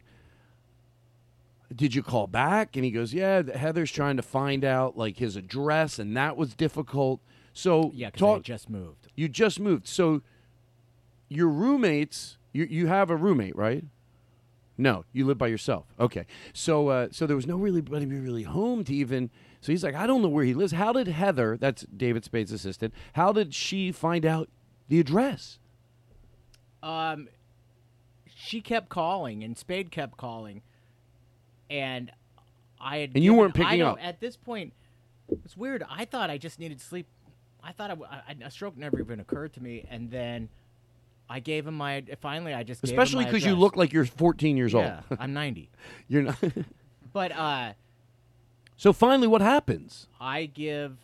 did you call back? And he goes, yeah, Heather's trying to find out like his address, and that was difficult. So Yeah, because I talk, just moved. you just moved. So your roommates, you you have a roommate, right? No, you live by yourself. Okay. So uh, so there was no really anybody really home to even. So he's like, I don't know where he lives. How did Heather, that's David Spade's assistant, how did she find out the address? Um, she kept calling, and Spade kept calling, and I had And you given- weren't I picking don't- up. at this point. It's weird. I thought I just needed sleep. I thought I, w- I- I- a stroke never even occurred to me, and then I gave him my. Finally, I just gave him Especially my because you address. look like you're 14 years Yeah, old. I'm 90, You're not. but uh, so finally, what happens? I give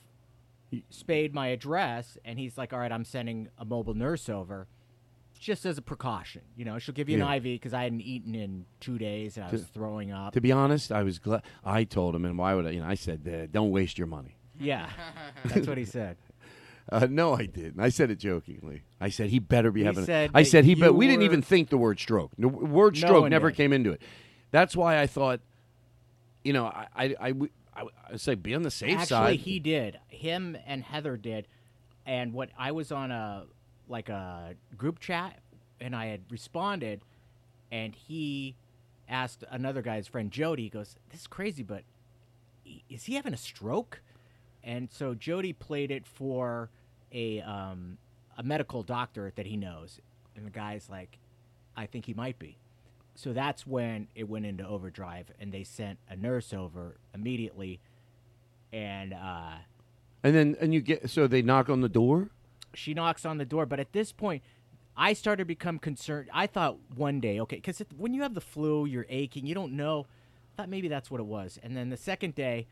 Spade my address, and he's like, "All right, I'm sending a mobile nurse over, just as a precaution. You know, she'll give you Yeah. an IV because I hadn't eaten in two days and I was throwing up. To be honest, I was glad. I told him, and why would I? You know, I said, uh, don't waste your money. yeah, that's what he said. Uh, no, I didn't. I said it jokingly. I said he better be He having. said I that said he. But you we didn't were- even think the word stroke. The w- word No stroke one never did. came into it. That's why I thought, you know, I I I, w- I w- I say be on the safe Actually, side. he did. Him and Heather did, and what I was on a like a group chat, and I had responded, and he asked another guy, his friend Jody, he goes, "This is crazy, but i- is he having a stroke?" And so Jody played it for a um, a medical doctor that he knows, and the guy's like, "I think he might be." So that's when it went into overdrive, and they sent a nurse over immediately and uh, and then and you get so they knock on the door. she knocks on the door. But at this point, I started to become concerned. I thought one day, okay, because when you have the flu, you're aching, you don't know. I thought maybe that's what it was. And then the second day,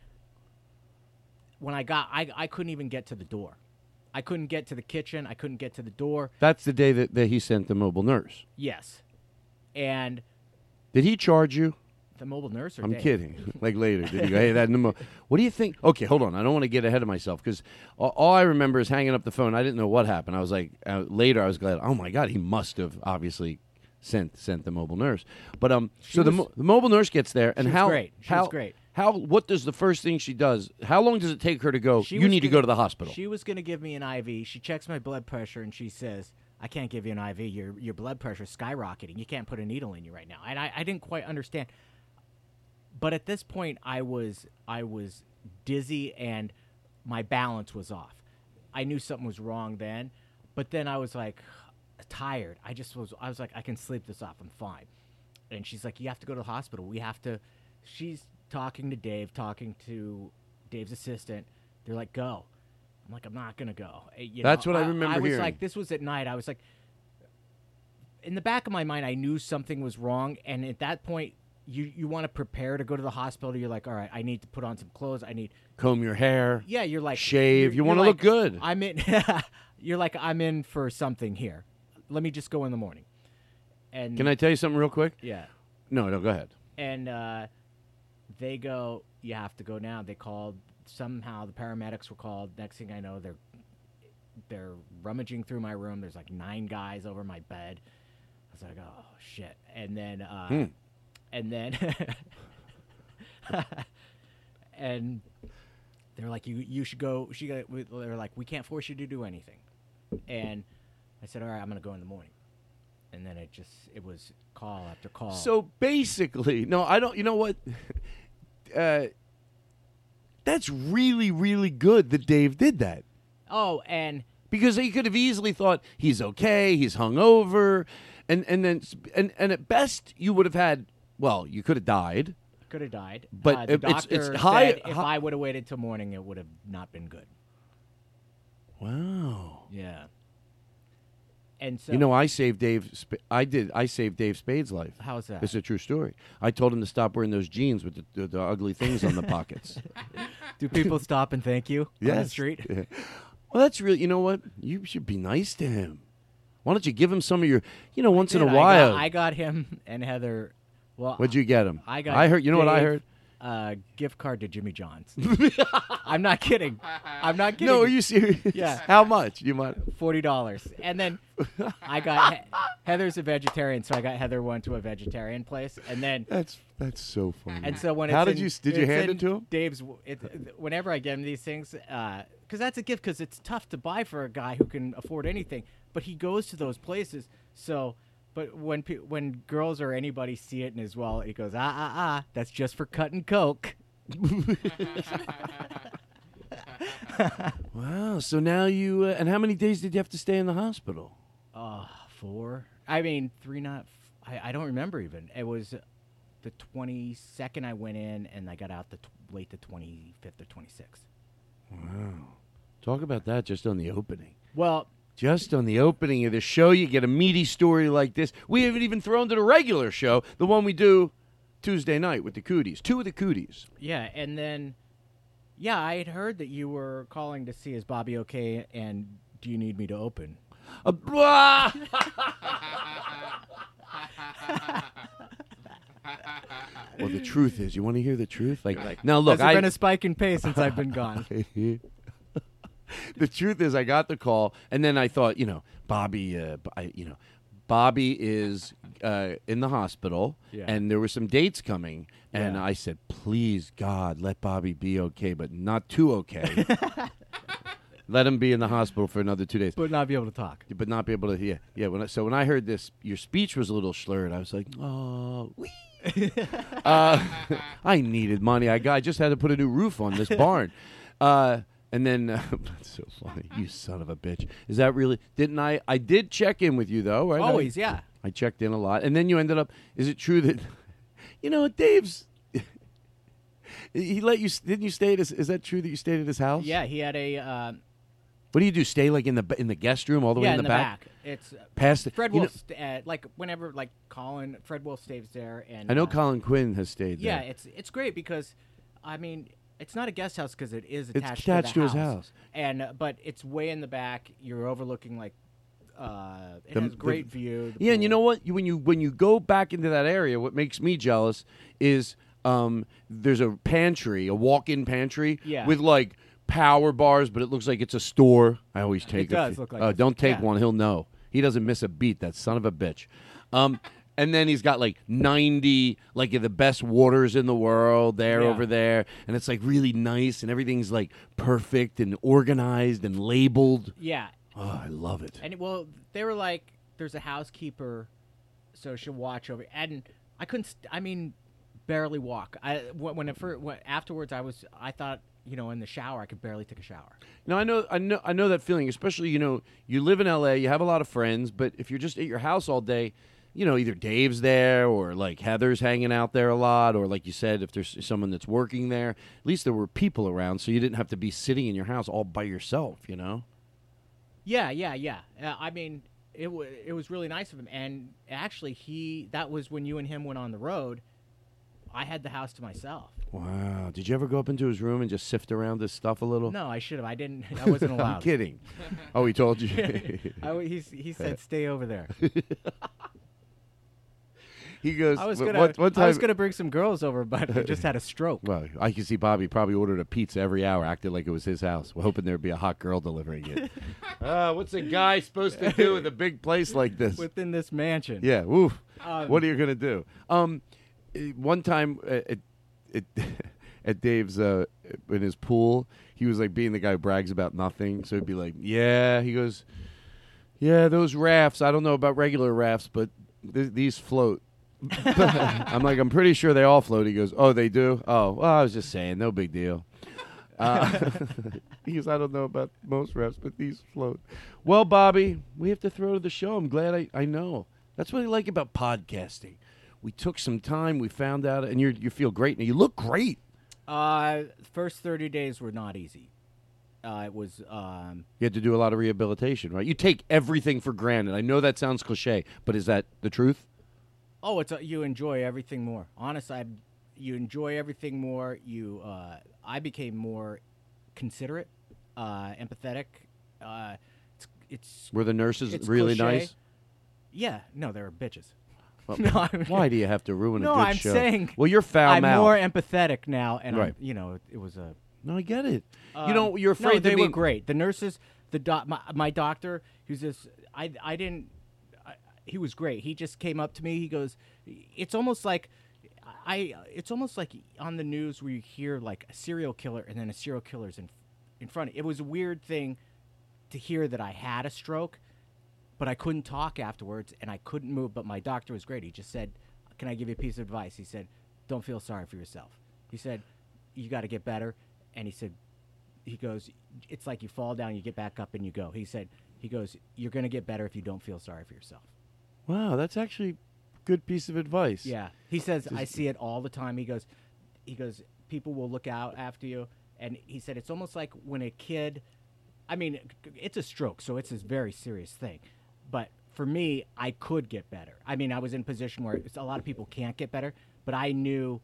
when I got, I, I couldn't even get to the door. I couldn't get to the kitchen. I couldn't get to the door. That's the day that, that he sent the mobile nurse. Yes. And Did he charge you? the mobile nurse or I'm Dave? kidding. Like later, did you go? Hey, that number. What do you think? Okay, hold on. I don't want to get ahead of myself because all, all I remember is hanging up the phone. I didn't know what happened. I was like, uh, later, I was glad. Oh my god, he must have obviously sent sent the mobile nurse. But um, so the, was- mo- the mobile nurse gets there, and She was how great. She how was great. how what does the first thing she does? How long does it take her to go? She you was need to gonna- go to the hospital. She was going to give me an IV. She checks my blood pressure and she says, "I can't give you an IV. Your your blood pressure's skyrocketing. You can't put a needle in you right now." And I, I didn't quite understand. But at this point, I was I was dizzy and my balance was off. I knew something was wrong then, but then I was like tired. I just was I was like I can sleep this off. I'm fine. And she's like, "You have to go to the hospital. We have to." She's talking to Dave, talking to Dave's assistant. They're like, "Go." I'm like, "I'm not gonna go." Eh, you That's know, what I remember I was hearing. like, "This was at night." I was like, in the back of my mind, I knew something was wrong, and at that point, you you want to prepare to go to the hospital. You're like, all right, I need to put on some clothes. I need, Comb your hair. yeah, you're like Shave. you're- You you're wanna look like, good. I'm in. you're like I'm in for something here. Let me just go in the morning. And Can I tell you something real quick? Yeah, No, no. Go ahead. and uh, they go, you have to go now. They called somehow the paramedics were called. Next thing I know, they're they're rummaging through my room. There's like nine guys over my bed. I was like, oh shit. And then, uh, and then, and they're like, you you should go. She got. we- They're like, we can't force you to do anything. And I said, all right, I'm gonna go in the morning. And then it just it was call after call. So basically, no, I don't. You know what? uh, that's really, really good that Dave did that Oh, and because he could have easily thought he's okay, he's hungover, and and then and and at best you would have had. Well, you could have died. could have died. But uh, it- the it's- doctor it's high- said if hi- I would have waited till morning, it would have not been good. Wow. Yeah. And so You know, I saved Dave. Sp- I did. I saved Dave Spade's life. How's that? It's a true story. I told him to stop wearing those jeans with the, the, the ugly things on the pockets. do people stop and thank you on the Yes. street? Well, that's really. You know what? You should be nice to him. Why don't you give him some of your? You know, once in Dude, a I got- while. I got, him and Heather. Well, What'd you get him? I got. I heard. You know what I Dave heard? A gift card to Jimmy John's. I'm not kidding. I'm not kidding. No, are you serious? Yeah. How much? You might. forty dollars, and then I got he- Heather's a vegetarian, so I got Heather one to a vegetarian place, and then That's that's so funny. and so when how it's did in- you s- did you it's hand in it to him? Dave's it, whenever I get him these things, because that's a gift because it's tough to buy for a guy who can afford anything, but he goes to those places. So, but when pe- when girls or anybody see it in his wallet, he goes ah ah ah, that's just for cut and coke. Wow. So now you uh, and how many days did you have to stay in the hospital? Uh, four. I mean, three. Not. I, I don't remember even. It was the twenty second. I went in, and I got out the t- late the twenty fifth or twenty sixth. Talk about that just on the opening. Well, Just on the opening of the show, you get a meaty story like this. We haven't even thrown to the regular show, the one we do Tuesday night with the cooties. Two of the cooties. yeah, and then, yeah, I had heard that you were calling to see is Bobby okay, and do you need me to open? A blah! well, the truth is, you want to hear the truth? Like, like now look, Has there I been a spike in pay since I've been gone? the truth is, I got the call, and then I thought, you know, Bobby, uh, B- I- you know, Bobby is uh, in the hospital, Yeah. and there were some dates coming, and Yeah. I said, please God, let Bobby be okay, but not too okay. let him be in the hospital for another two days. But- but not be able to talk. not be able to hear. Yeah, when I, so when I heard this, your speech was a little slurred. I was like, oh, wee." uh, I needed money. I, got, I just had to put a new roof on this barn. Uh, and then uh, that's so funny. You son of a bitch. Is that really? Didn't I? I did check in with you though, right? Always, I, yeah. I checked in a lot, and then you ended up. Is it true that you know Dave's? He let you. Didn't you stay at his? Is that true that you stayed at his house? Yeah, he had a uh, What do you do? Stay like in the in the guest room all the way yeah in the, back? It's uh, Past the, Fred you know- Wolf. st- uh, like whenever like Colin, Fred Wolf stays there, and I know uh, Colin Quinn has stayed there. Yeah, it's it's great because, I mean, it's not a guest house because it is It's attached, attached to, to the his house. and uh, but it's way in the back. You're overlooking like, uh, it The- has the- great view. the Yeah, and you pool. know what? You, when you when you go back into that area, what makes me jealous is um, there's a pantry, a walk-in pantry Yeah. with like power bars, but it looks like it's a store. I always take. a does few- look like Oh, it's- don't take yeah. one. He'll know. He doesn't miss a beat. That son of a bitch. Um, and then he's got like 90 like the best waters in the world there Yeah. over there and it's like really nice and everything's like perfect and organized and labeled Yeah, oh i love it and well, they were like, there's a housekeeper, so she'll watch over. And I couldn't. St- I mean, barely walk. I when, when, it fir- when afterwards, I was. I thought you know in the shower, I could barely take a shower. Now I know I know I know that feeling, especially you know you live in LA, you have a lot of friends, but if you're just at your house all day, you know either Dave's there or like Heather's hanging out there a lot, or like you said, if there's someone that's working there, at least there were people around, so you didn't have to be sitting in your house all by yourself. You know, Yeah, yeah, yeah. Uh, I mean, it wa it was really nice of him. And actually, he that was when you and him went on the road. I had the house to myself. wow. Did you ever go up into his room and just sift around his stuff a little? No, I should have. I didn't. I wasn't allowed. I'm kidding. Oh, he told you. I w- he, s- he said, "Stay over there." he goes. I was "Wh- gonna. what, what time? I was gonna bring some girls over, but I just had a stroke. Well, I can see Bobby probably ordered a pizza every hour, acted like it was his house, hoping there'd be a hot girl delivering it. uh, what's a guy supposed to do with a big place like this? Within this mansion. yeah, woof. Um, what are you gonna do? Um, eh, one time uh, at at, at Dave's uh, in his pool, he was like being the guy who brags about nothing. So he'd be like, "Yeah," he goes, "Yeah, those rafts. I don't know about regular rafts, but th- these float." I'm like, I'm pretty sure they all float. He goes, Oh, they do? Oh, well, I was just saying, no big deal. Uh, he goes, I don't know about most refs, but these float. Well, Bobby, we have to throw to the show. I'm glad I, I know. That's what I like about podcasting. We took some time, we found out, and you you feel great now. You look great. Uh, first thirty days were not easy. Uh, it was um, You had to do a lot of rehabilitation, right? You take everything for granted. I know that sounds cliche, but is that the truth? Oh, it's uh you enjoy everything more. Honest, I you enjoy everything more. You, uh, I became more considerate, uh, empathetic. Uh, it's, it's Were the nurses It's really cliche. nice? yeah. No, they're bitches. Well, No, I'm- why do you have to ruin No, a good I'm show? saying well, you're foul I'm mouthed. more empathetic now, and I'm- Right. you know, it, it was a. no, I get it. you Um, know, you're no, afraid they to were be- great. The nurses, the doc, my, my doctor, who's this, I I didn't. I, he was great. He just came up to me. He goes, "It's almost like." I it's almost like on the news where you hear like a serial killer and then a serial killer's in in front. It was a weird thing to hear that I had a stroke, but I couldn't talk afterwards and I couldn't move. But my doctor was great. He just said, "Can I give you a piece of advice?" He said, "Don't feel sorry for yourself." He said, "You got to get better," and he said, "He goes, it's like you fall down, you get back up, and you go." He said, "He goes, you're gonna get better if you don't feel sorry for yourself." Wow, that's actually a good piece of advice. Yeah. He says I see it all the time. He goes he goes people will look out after you and he said it's almost like when a kid I mean it's a stroke so it's a very serious thing. But for me I could get better. I mean I was in a position where it's- a lot of people can't get better, but I knew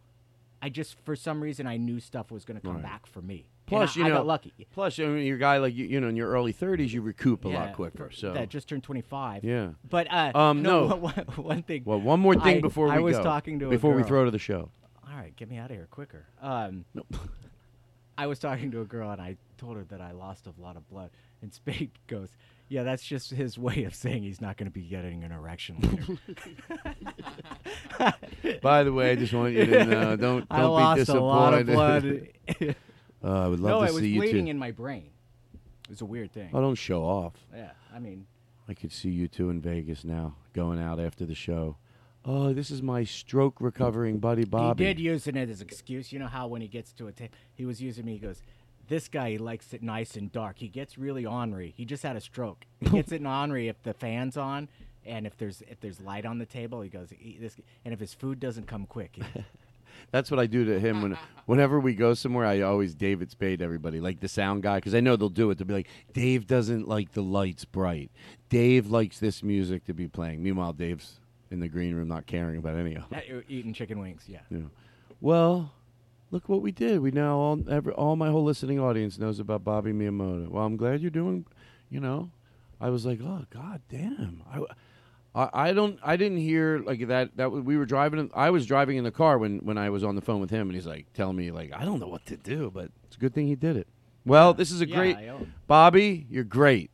I just for some reason I knew stuff was going to come back for me. And Plus, I, you know, I got lucky. Plus, I mean, your guy like you, you know, in your early 30s, you recoup a lot Yeah, quicker. for- So that just turned 25. Yeah. But uh Um, no, no. One, one- one thing. Well, one more thing I- before we I was go, talking to a before we girl. throw to the show. all right, get me out of here quicker. Um, I was talking to a girl and I told her that I lost a lot of blood. And Spade goes, Yeah, that's just his way of saying he's not going to be getting an erection later. By the way, I just want you to know, don't don't I be lost a disappointed. lot of blood. Uh, I would no, love it to was see you bleeding two. in my brain. It was a weird thing. oh, don't show off. Yeah, I mean, I could see you two in Vegas now, going out after the show. Oh, this is my stroke recovering buddy Bobby. he did using it as an excuse. You know how when he gets to a tape, he was using me. He goes, "This guy he likes it nice and dark. He gets really ornery. He just had a stroke. He gets it ornery if the fan's on, and if there's if there's light on the table, he goes, "Eat this, and if his food doesn't come quick, he- That's what I do to him when whenever we go somewhere. I always David Spade everybody, like the sound guy, because I know they'll do it. They'll be like, Dave doesn't like the lights bright. Dave likes this music to be playing. Meanwhile, Dave's in the green room, not caring about any of it. e-, eating chicken wings. Yeah, Yeah. Well, look what we did. We now all every, all my whole listening audience knows about Bobby Miyamoto. Well, I'm glad you're doing. You know, I was like, oh god damn. I, I, I don't. I didn't hear like that. That was- we were driving. in- I was driving in the car when when I was on the phone with him, and he's like, telling me like I don't know what to do, but it's a good thing he did it. Well, this is a Yeah, great I own. Bobby. You're great.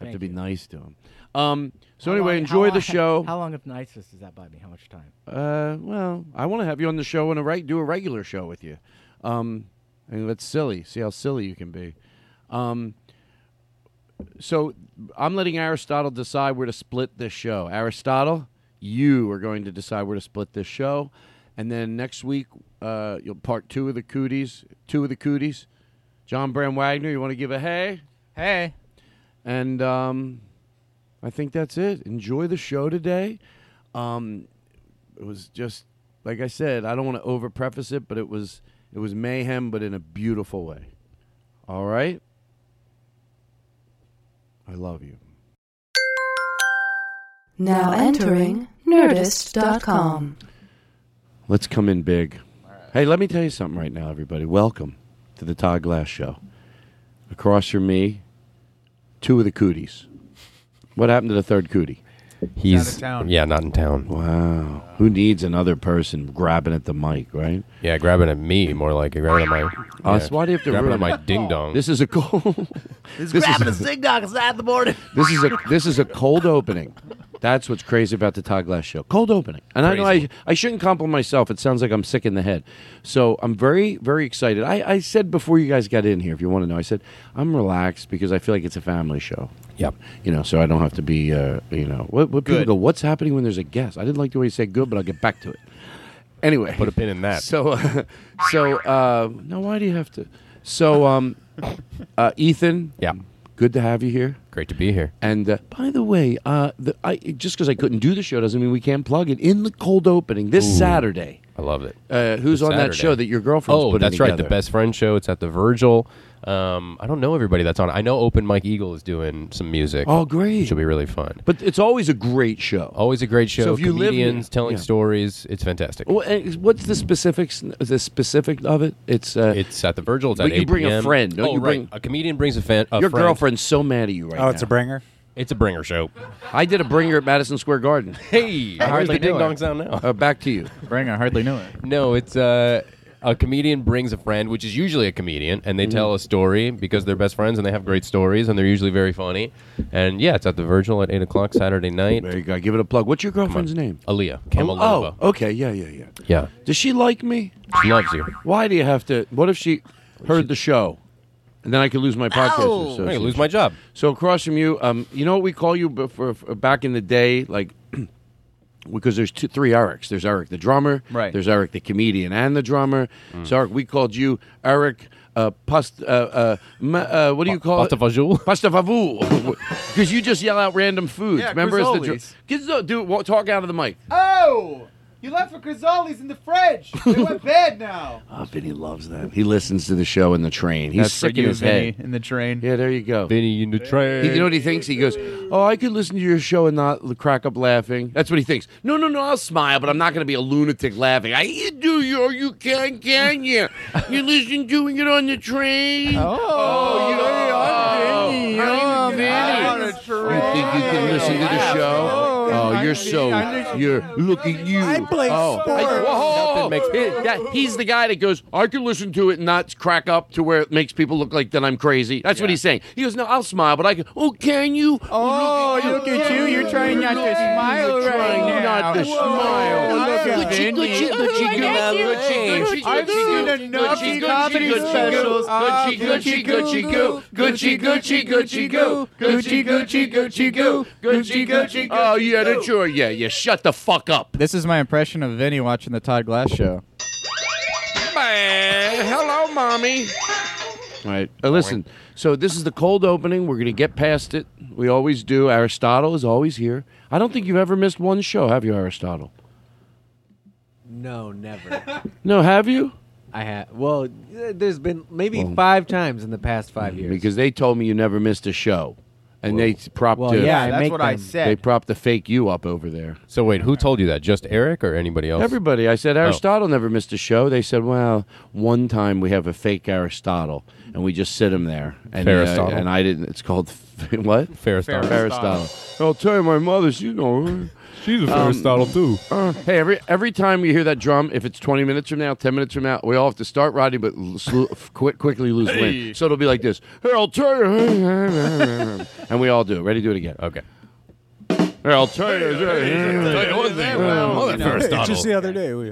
I have Thank to be you. nice to him. Um. So How anyway, long- how enjoy the long- show. How long of nicest does that buy me? How much time? Uh, well, I want to have you on the show and a right do a regular show with you. Um, and that's silly. See how silly you can be. Um, so I'm letting Aristotle decide where to split this show. Aristotle, you are going to decide where to split this show, and then next week, uh, you'll part two of the cooties. Two of the cooties. John Bram Wagner, you want to give a hey? Hey, And um, I think that's it. Enjoy the show today. Um, it was just like I said. I don't want to over preface it, but it was it was mayhem, but in a beautiful way. All right. I love you. Now entering Nerdist.com. Let's come in big. Hey, let me tell you something right now, everybody. Welcome to the Todd Glass Show. Across from me, two of the cooties. What happened to the third cootie? He's out of town. Yeah, not in town. Wow. Who needs another person grabbing at the mic, right? Yeah, grabbing at me more like grabbing at my. Yeah, Us? Uh, Why do you have to grabbing at ruin my it? ding dong? This is a cold. this, is, Zig Dog is at the border. this is a this is a cold opening. That's what's crazy about the Todd Glass show. Cold opening, and I know I, Crazy. I shouldn't compliment myself. It sounds like I'm sick in the head. So I'm very very excited. I, I said before you guys got in here, if you want to know, I said I'm relaxed because I feel like it's a family show. Yep. You know, so I don't have to be uh, you know what, what people Good. go. What's happening when there's a guest? I didn't like the way you said good, but I'll get back to it. Anyway, Put a pin in that. so, uh, so uh, no. Why do you have to? So, um, uh, Ethan. Yeah. Good to have you here. Great to be here. And uh, by the way, uh, the, I, just because I couldn't do the show doesn't mean we can't plug it in the cold opening this Saturday. I love it. Uh, who's It's on that Saturday. show that your girlfriend's Oh, putting that's right. The together? best friend show. It's at the Virgil. Um, I don't know everybody that's on. I know Open Mike Eagle is doing some music. Oh, great. Which will be really fun. But it's always a great show. Always a great show. So if you live near- Comedians telling yeah. stories. It's fantastic. Wha- uh, What's the specifics? The specific of it? It's uh, It's at the Virgil. It's But at you 8 bring a PM. friend, don't oh, you right. bring- a comedian brings a fan. A your friend. girlfriend's so mad at you right now. Oh, it's a bringer. It's a bringer show. I did a bringer at Madison Square Garden. Hey, hardly where's the knew ding dong it. sound now? Uh, back to you. Bring, I hardly knew it. No, it's uh, a comedian brings a friend, which is usually a comedian, and they Mm-hmm. tell a story because they're best friends and they have great stories and they're usually very funny. And yeah, it's at the Virgil at eight o'clock Saturday night. There you go. Give it a plug. What's your girlfriend's name? Aaliyah Oh, Kamalova. okay. Yeah, yeah, yeah. Yeah, Does she like me? she loves you. Why do you have to? What if she heard the show, and then I could lose my podcast? Oh. I'm gonna association? lose my job. So across from you, um, you know what we call you before, f- back in the day, like because there's two, three Erics. There's Eric the drummer, Right. There's Eric the comedian and the drummer. So Eric, we called you Eric. Uh, past, uh, uh, ma- uh, what do you call pastafajou? it? Pastafajou. Because you just yell out random foods. Yeah, Remember, it's the dr- grizzolis. Gizzo, do wa- talk out of the mic. Oh! You left for Grizzoli's in the fridge. They went bad now. Oh, Vinny loves that. He listens to the show in the train. He's That's for sick in you, his Vinny, head. in the train. Yeah, there you go. Vinny in the train. He- you know what he thinks? He goes, "Oh, I could listen to your show and not l- crack up laughing." That's what he thinks. No, no, no. I'll smile, but I'm not going to be a lunatic laughing. I you do you? oh, You can, can you? You listen to it on the train. Oh, you oh, Vinny, oh, On Vinny. a You train. think you can listen to the show? Oh, you're so you're look at you. I play oh, sports. whoa. Nothing makes- He- that- he's the guy that goes, I can listen to it and not crack up to where it makes people look like that I'm crazy. That's what he's saying. He goes, No, I'll smile, but I can. Oh, can you? Oh, look at you. You're trying not to smile You're right trying now. not to smile. Look at Gucci, Vinny. Gucci, Gucci, Gucci, Gucci, Gucci, I've Gucci, seen Gucci, enough Gucci, comedy Gucci, Gucci, specials. Ah, Gucci, Gucci, Gucci, Gucci, Goo. Gucci, Gucci, Gucci, Goo. Gucci, Gucci, Gucci, Goo. Gucci, Gucci, Gucci, Oh, yeah, that's your, yeah, yeah. Shut the fuck up. This is my impression of Vinny watching the Todd Glass show. Man, hello, mommy. All right. Uh, listen, so this is the cold opening. We're going to get past it. We always do. Aristotle is always here. I don't think you've ever missed one show, have you, Aristotle? No, never. No, have you? I have. Well, there's been maybe five times in the past five years. Mm, Because they told me you never missed a show. And they t- propped well, a, yeah, I that's make what them. I they said. propped the fake you up over there. So wait, who told you that? Just Eric or anybody else? Everybody, I said Aristotle never missed a show. They said, well, one time we have a fake Aristotle, and we just sit him there. And, uh, Aristotle. and I didn't. It's called what? Ferris. Ferris. Aristotle. I'll tell you, my mother, she know. She's a Aristotle too. Um, Uh, hey, every every time you hear that drum, if it's twenty minutes from now, ten minutes from now, we all have to start riding, but l- sl- f- quick, quickly lose wind. So it'll be like this. Hey, I'll tell you, and we all do. it. Ready? Do it again. Okay. Hey, I'll tell you. Hey, Aristotle. other day. We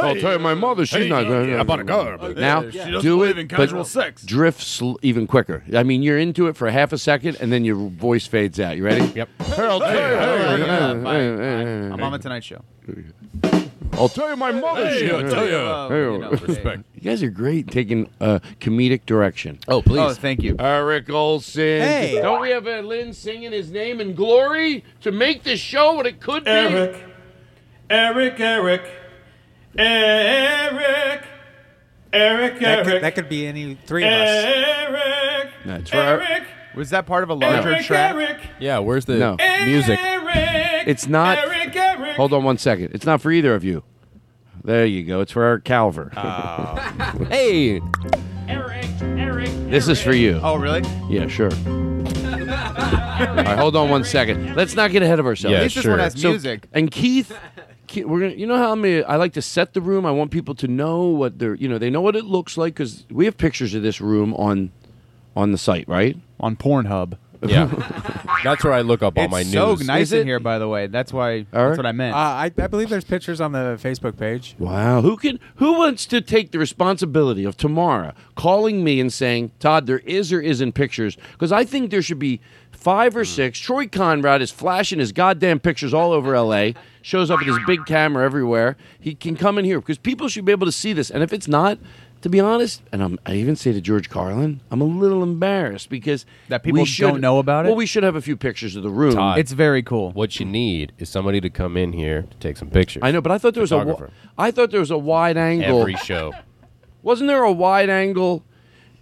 I'll tell you, my mother, she's not. a car. Now, do it, but Drifts sl- even quicker. I mean, you're into it for half a second, and then your voice fades out. You ready? Yep. Hey, I'll tell you. I'm on the Tonight Show. I'll tell you, my mother. she- Respect. You guys are great taking uh, comedic direction. Oh please. Oh, thank you. Eric Olson. Hey. Don't we have uh, Lynn singing his name in glory to make this show what it could be? Eric, Eric, Eric, Eric, Eric, that, Eric, could, that could be any three of us. Eric, That's Eric, Was that part of a larger Eric, track? Eric, Yeah, where's the No. music? Eric, It's not- Eric, Eric. Hold on one second. It's not for either of you. There you go. It's for Eric Calver. Hey, this is for you. Oh, really? Yeah, sure. All right, hold on one second. Let's not get ahead of ourselves. Yeah, At least this one sure. has So- music. And Keith, Ke- we're gonna, you know how I'm gonna- I like to set the room. I want people to know what they're, you know, they know what it looks like because we have pictures of this room on, on the site, right? On Pornhub. yeah, that's where I look up all it's my so news. nice Is in it? here, by the way. That's why. Eric? That's what I meant. Uh, I, I believe there's pictures on the Facebook page. Wow. Who can? Who wants to take the responsibility of Tamara calling me and saying, Todd, there is or isn't pictures? Because I think there should be five or Hmm. six. Troy Conrad is flashing his goddamn pictures all over L.A. Shows up with his big camera everywhere. He can come in here because people should be able to see this. And if it's not. To be honest, and I'm, I even say to George Carlin, I'm a little embarrassed because That people we should- don't know about it? Well, we should have a few pictures of the room. Todd. it's very cool. what you need is somebody to come in here to take some pictures. I know, but I thought there was a, wa- Photographer. I thought there was a wide angle. Every show. Wasn't there a wide angle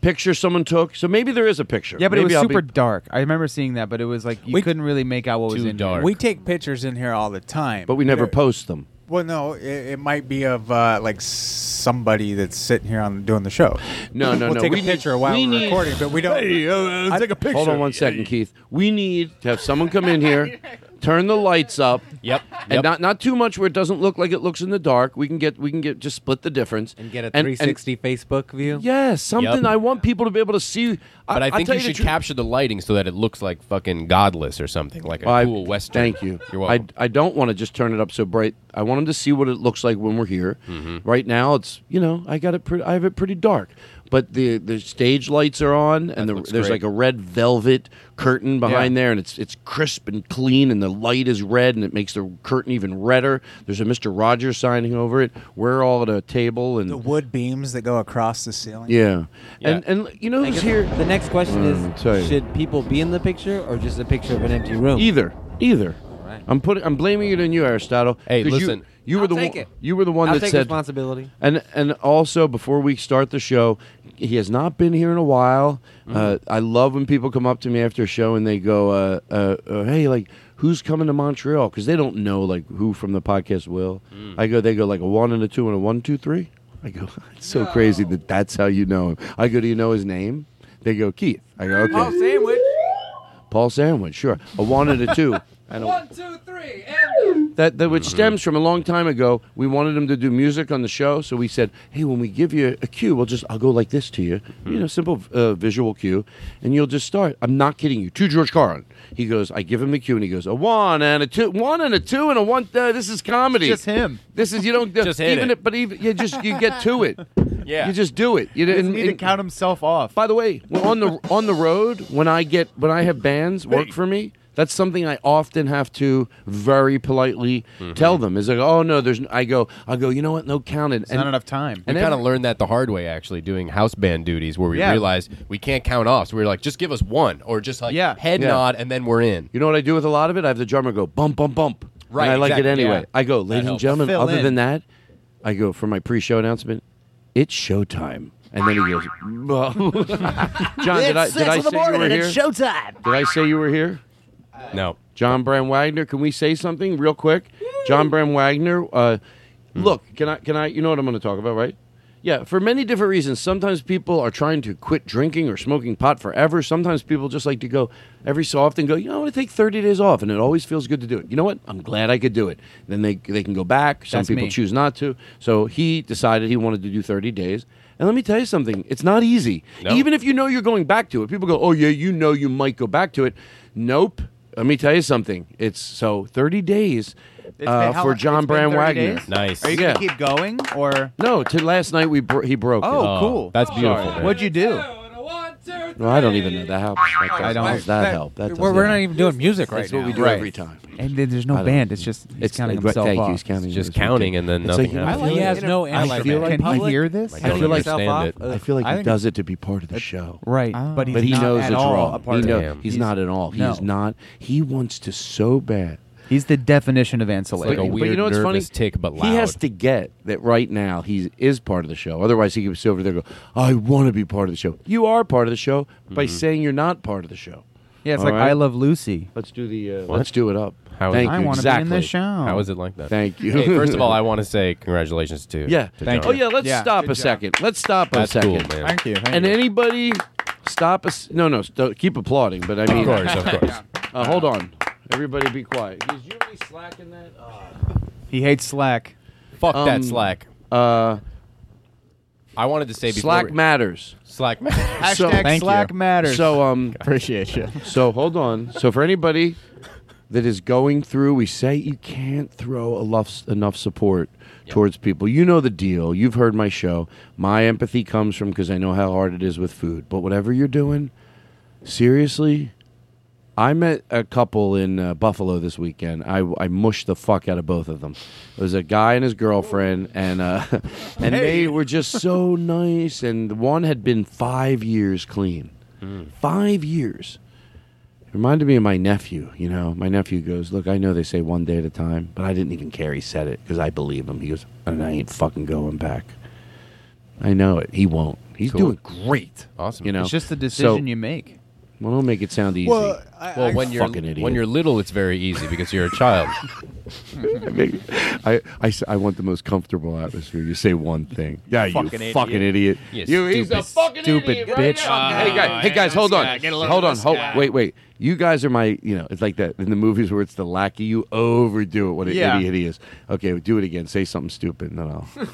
picture someone took? So maybe there is a picture. Yeah, but Maybe it I'll was super be- dark. I remember seeing that, but it was like you We- couldn't really make out what was Too in there. dark. We take pictures in here all the time. but we never There- post them. Well, no, it, it might be of uh, like somebody that's sitting here on doing the show. No, no, we'll no. Take we a need- picture while we we're need- recording, but we don't. Hey, uh, I- take a Hold on one second, Keith. We need to have someone come in here, turn the lights up. Yep. And yep. not not too much where it doesn't look like it looks in the dark. We can get we can get just split the difference and get a and- 360 Facebook view. Yes, something I want people to be able to see. But I, I'll think tell you the should truth. capture the lighting so that it looks like fucking godless or something, like a Well, I- cool western. Thank you. You're welcome. I, I don't want to just turn it up so bright. I want them to see what it looks like when we're here. Mm-hmm. Right now, it's you know I got it. Pretty, I have it pretty dark, but the the stage lights are on, and the, looks there's great. like a red velvet curtain behind Yeah. there, and it's it's crisp and clean, and the light is red, and it makes the curtain even redder. There's a Mister Rogers signing over it. We're all at a table, and The wood beams that go across the ceiling. yeah. and and you know I who's guess here? The next question Mm, I'll tell you. is: Should people be in the picture or just a picture of an empty room? Either, either. Right. I'm putting. I'm blaming it on you, Aristotle. Hey, 'cause listen. You, you were I'll the take one. it. You were the one I'll that take said responsibility. And and also before we start the show, he has not been here in a while. Mm-hmm. Uh, I love when people come up to me after a show and they go, uh, uh, uh, "Hey, like." Who's coming to Montreal? Because they don't know like who from the podcast will. Mm. I go, they go like a one and a two and a one, two, three. I go, it's so crazy that that's how you know him. I go, do you know his name? They go, Keith. I go, okay. Oh, sandwich. Paul Sandwich, sure. A one and a two. And a, One, two, three, and. that, that which Mm-hmm. stems from a long time ago. We wanted him to do music on the show, so we said, "Hey, when we give you a cue, we'll just I'll go like this to you, you Mm-hmm. know, simple uh, visual cue, and you'll just start." I'm not kidding you. To George Carlin, he goes, "I give him the cue, and he goes a one and a two, one and a two and a one. Uh, this is comedy. Just him. This is you don't Just hit even it. but even you just you get to it. Yeah. you just do it. You He doesn't didn't need to count himself off. by the way, when on the on the road, when I get when I have bands work for me, that's something I often have to very politely Mm-hmm. tell them. Is like, oh no, there's. n- I go, I go. You know what? No counted. It's not enough time. We And kind of every- learned that the hard way, actually, doing house band duties, where we Yeah. realized we can't count off. So we were like, just give us one, or just like Yeah. head Yeah. nod, and then we're in. You know what I do with a lot of it? I have the drummer go bump, bump, bump. Right, And I like exactly, it anyway. yeah. I go, That ladies and helps. gentlemen. Fill other in. than that, I go for my pre-show announcement. It's showtime. And then he goes, John, did I, did I say you were here? showtime. Did I say you were here? No. John Bram Wagner. Can we say something real quick? John Bram Wagner. Uh, Hmm. Look, can I? Can I? You know what I'm going to talk about, right? Yeah. For many different reasons, sometimes people are trying to quit drinking or smoking pot forever. Sometimes people just like to go every so often. Go, you know, I want to take 30 days off, and it always feels good to do it. You know what? I'm glad I could do it. Then they they can go back. Some That's people me. choose not to. So he decided he wanted to do 30 days. And let me tell you something, it's not easy. No. Even if you know you're going back to it, people go, "Oh yeah, you know you might go back to it." Nope. Let me tell you something. It's so 30 days It's uh, been how for long- John it's been Bram 30 Wagner. days? Nice. Are you Yeah. going to keep going? Or. No, to last night we bro- he broke. it. Oh, Oh, cool. That's beautiful. man. What'd you do? No, I don't even know that helps. That doesn't- don't- how's that help? That We're, doesn't we're not help. even doing music right That's what now. we do Right. every time. And then there's I no don't band. It's just he's It's counting right, himself thank off. you. He's counting. Just It's ridiculous. counting and then It's nothing like, happens. He has no I answer. man. feel like Can he Public- hear this? I I don't feel like yourself understand off it. of- I feel like I he think- does it to be part of the show. Right, Ah. but he's but he not knows at it's all wrong. a part He of know- it. Damn. he's not at all. He is No. not. He wants to so bad. He's the definition of ancillary. like a but you weird know what's funny? nervous tick, but He has loud. to get that right now. He is part of the show. Otherwise, he could sit over there and go, "I want to be part of the show." You are part of the show by saying you're not part of the show. yeah, it's All like right? I love Lucy. Let's do the. Uh, let's do it up. How is Thank it? I you. want to exactly. be in the show. How is it like that? Thank you. Hey, first of all, I want to say congratulations to Yeah. to Thank John. Oh yeah. Let's Yeah. stop Good a job. second. Let's stop That's a cool, second. man. Thank you. Thank and you. anybody stop us no no st- keep applauding but i Of mean course, of course. uh, hold on everybody be quiet is you really slacking that uh, he hates Slack. Fuck Um, that Slack. uh, I wanted to say before slack we- matters Slack. So- Hashtag Thank Slack matters. so um appreciate you. so hold on so for anybody that is going through we say you can't throw enough enough support towards people you know the deal you've heard my show my empathy comes from because i know how hard it is with food but whatever you're doing seriously I met a couple in uh, Buffalo this weekend. I, I mushed the fuck out of both of them. It was a guy and his girlfriend, and uh, and they were just so nice. And the one had been five years clean, Hmm. five years. It reminded me of my nephew. You know, my nephew goes, "Look, I know they say one day at a time, but I didn't even care he said it because I believe him." He goes, "And I ain't fucking going back. I know it. He won't. He's Cool. doing great. Awesome. You know, It's just the So- decision you make. Well, don't make it sound easy. Well, I, Well, when you're fucking idiot. when you're little, it's very easy because you're a child. I, mean, I, I s- I want the most comfortable atmosphere. You say one thing. Yeah, you Fucking idiot. fucking idiot. You You, he's a stupid, fucking stupid idiot right bitch. now. Ah, hey guys, hey yeah, guys, this hold guy. on, Get a load hold of on, this hold, guy. wait, wait. You guys are my, you know, it's like that in the movies where it's the lackey. You overdo it. What an Yeah. idiot he is. Okay, do it again. Say something stupid, and then I'll. And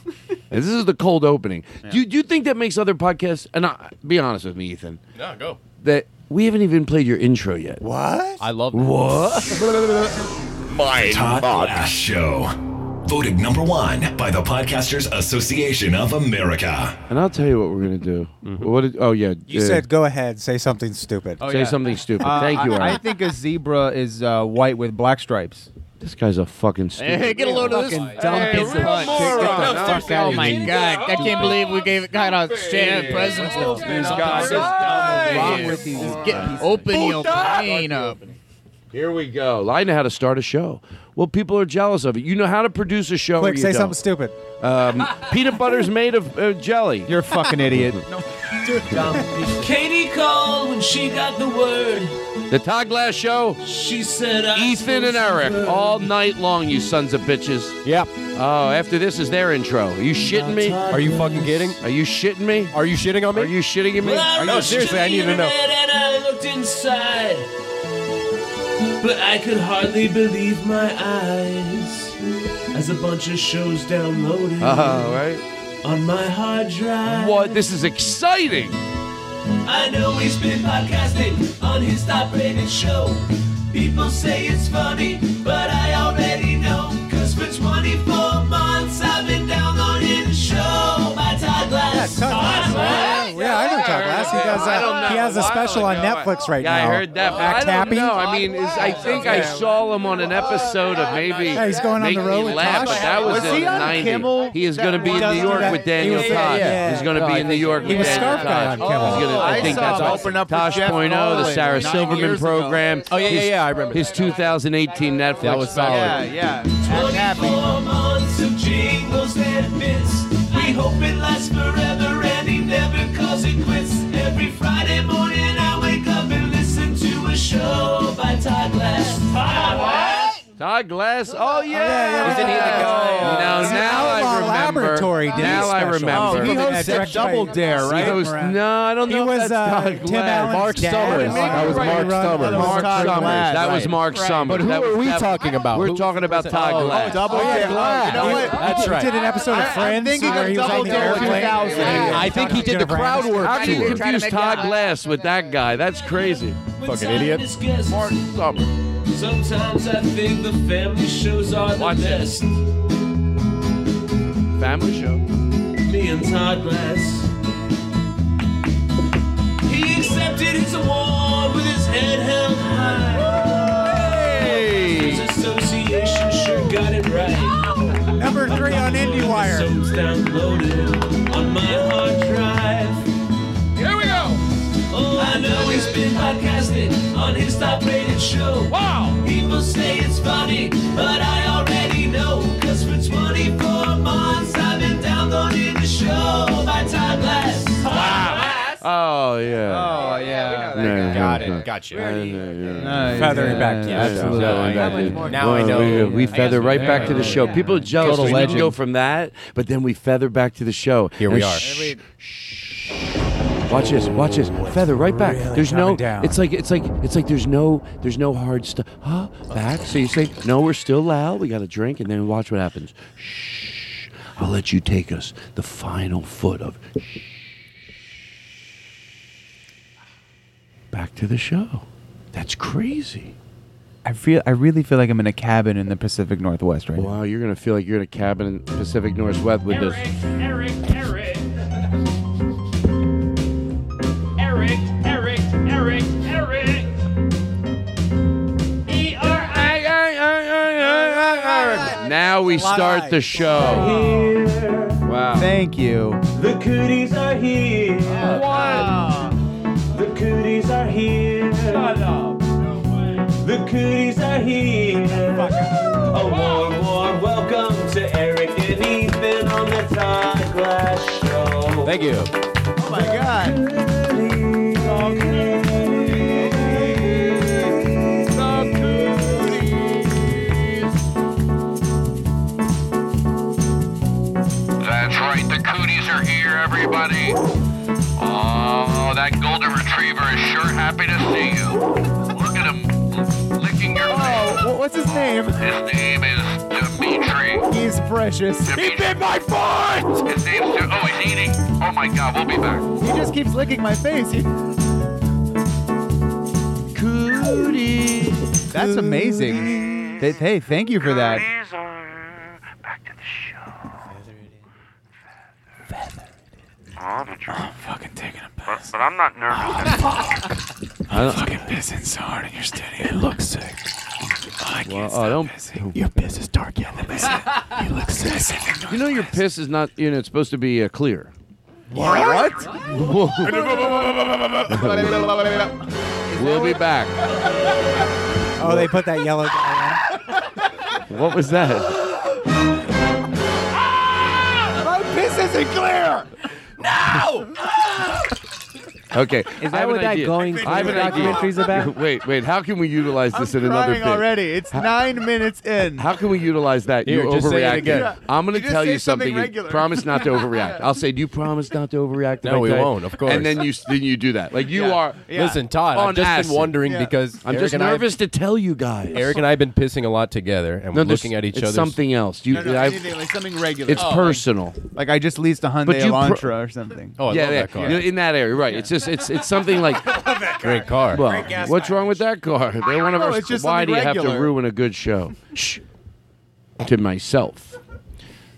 this is the cold opening. Do, you, do you think that makes other podcasts? And I, be honest with me, Ethan. No, go. That we haven't even played your intro yet. What? I love that. What? My Todd Talk Glass. Show. Voted number one by the Podcasters Association of America. And I'll tell you what we're gonna do. What? Did, oh yeah, You uh, said go ahead, say something stupid. say something stupid. Uh, Thank you, I, Aaron. I think a zebra is uh, white with black stripes. this guy's a fucking stupid. get a load of this. Oh my god, I can't believe we gave it kind of shared presents. These guys. wrong Wrong with with you? Get, open your plane up. Here we go. I know how to start a show. Well, people are jealous of it. You know how to produce a show. Quick, or you say don't. something stupid. Um, peanut butter's made of uh, jelly. You're a fucking idiot. Katie called when she got the word. the Todd Glass Show. She said, I Ethan suppose and Eric you all night long. You sons of bitches. Yep. Oh, after this is their intro. Are you shitting me? Are you fucking kidding? Are you shitting me? Are you shitting on me? Are you shitting at me? Well, Are you- rushed the internet And I looked inside, but I could hardly believe my eyes as a bunch of shows downloaded Oh, right. on my hard drive. What? This is exciting. I know he's been podcasting on his top rated show. People say it's funny, but I already know. Cause for 24 months I've been downloading the show by Todd Glass. Yeah, Todd Glass. Glass. Yeah, I know Todd Glass. He does. I don't Uh, he know. has a Why special on Netflix right Yeah, I now. heard that. but Act Oh, I don't happy. know. I mean, is, I think I saw him on an episode of maybe. Yeah, he's going on Make the road Me with laugh. Tosh. but That was, Was in he the on 90s. Kimmel? He is going to That be in does New do York that. with He Daniel was- Todd. yeah. He's going to be in New York He with was Daniel Scarf Guy Todd. on Kimmel. He's gonna- I I think saw that's him all. open up for Tosh Jeff Point oh, the Garland Sarah nine Silverman years ago. program. Oh, yeah, yeah, His- yeah, I remember His 2018 Netflix. That was Yeah, yeah. 24 months of jingles that fits. We hope it lasts forever and he never calls it quits. Every Friday morning I wake up and listen to a show by Todd Glass. Todd Glass? Todd Glass. Oh yeah, Isn't he the guy? Now, He's now an I Outlaw remember. Laboratory did now his I special. remember. Oh, he hosted Direct Double Right. Dare, right? He hosts- no, I don't He know. if was, that's uh, Todd Tim Glass. Allen's Mark dad. Summers. That was Mark Summers. Mark Todd Summers. Glass, That was right. Mark Right. Summers. But who That was- are we that- talking about? We're Who- talking about Todd Oh, Glass. Double Dare. You know what? That's right. He did an episode of I'm Friends thinking where of he was Double on the Dare airplane. 2000. I think he did the crowd work. How can you Try to confuse make Todd that- Glass with that guy? That's crazy. Fucking idiot. Mark Sometimes I think the family shows are the best. Family show. Me and Todd Glass. He accepted his award with his head held high. His association sure got it right. Number three on IndieWire. Episodes downloaded on my hard drive. Here we go. Oh, I know he's been podcasting on his top rated show. Wow. People say it's funny, but I already know. Cause for 24 months I've been downloading the show by Todd Glass. Wow. Oh yeah. Oh, Yeah, yeah. yeah, Got yeah. it. Gotcha. Oh, Yeah. Feathering back to the Absolutely. show. Feathering back to- Now Well, I know. Now I know. We, we I feather guess right we- back to the show. People are jealous. Total we didn't legend. go from that, but then we feather back to the show. Here we are. Watch this. Watch this. Feather right back. Really There's no. coming down. It's like it's like it's like there's no there's no hard stuff. Huh? Back. So you say no. We're still loud. We got a drink, and then watch what happens. Shh. I'll let you take us the final foot of back to the show. That's crazy. I feel. I really feel like I'm in a cabin in the Pacific Northwest right Wow, you're gonna feel like you're in a cabin in Pacific Northwest with this. Eric, Eric. Eric, Eric, Eric, Eric. E R I I I I I Now we It's a lot of start the eyes. show. Wow. Thank you. The cooties are here. The cooties are here. The cooties are here. A warm, warm welcome to Eric and Ethan on the Todd Glass Show. Thank you. Oh my God. Happy to see you. Look at him licking your Oh, wh- what's his name? His name is Dimitri. He's precious. He bit my foot! His name's. Di- oh, he's eating. Oh my god, we'll be back. He just keeps licking my face. He- Cootie. That's amazing. Th- hey, thank you for that. Oh, I'm fucking taking a piss. But, but I'm not nervous. I'm fucking pissing so hard in your studio. It looks sick. I Well, oh, don't. Your piss is dark yellow. it looks sick. You know your piss is not. You know it's supposed to be uh, clear. What? we'll be back. oh, they put that yellow. What was that? my piss isn't clear. No. Okay. Is I that have what an that idea. glowing I have through an documentary idea. is about? Wait, wait. How can we utilize this in another Crying thing? already. It's nine minutes in. How can we utilize that? Here, you just say it overreacted. again. I'm going You to just tell say you something something. you regular. promise not to overreact. I'll say, do you promise not to overreact? if No, I we tell you?" won't, of course. And then you s- then you do that. Like you are. Listen, Todd, on I've just acid. been wondering because I'm Eric just and I- nervous to tell you guys. Eric and I have been pissing a lot together, and we're No, this- looking at each Oh, it's other. something else. You- No, no, I've- anything, like something regular. It's personal. Like I just leased a Hyundai But you pro- Elantra or something. Oh, I yeah, love yeah. that car. You know, in that area, right? It's just it's it's something like great car. Well, Great gas what's wrong with that car? They're one of No, our. it's just why do something you have to regular. ruin a good show? Shh. To myself.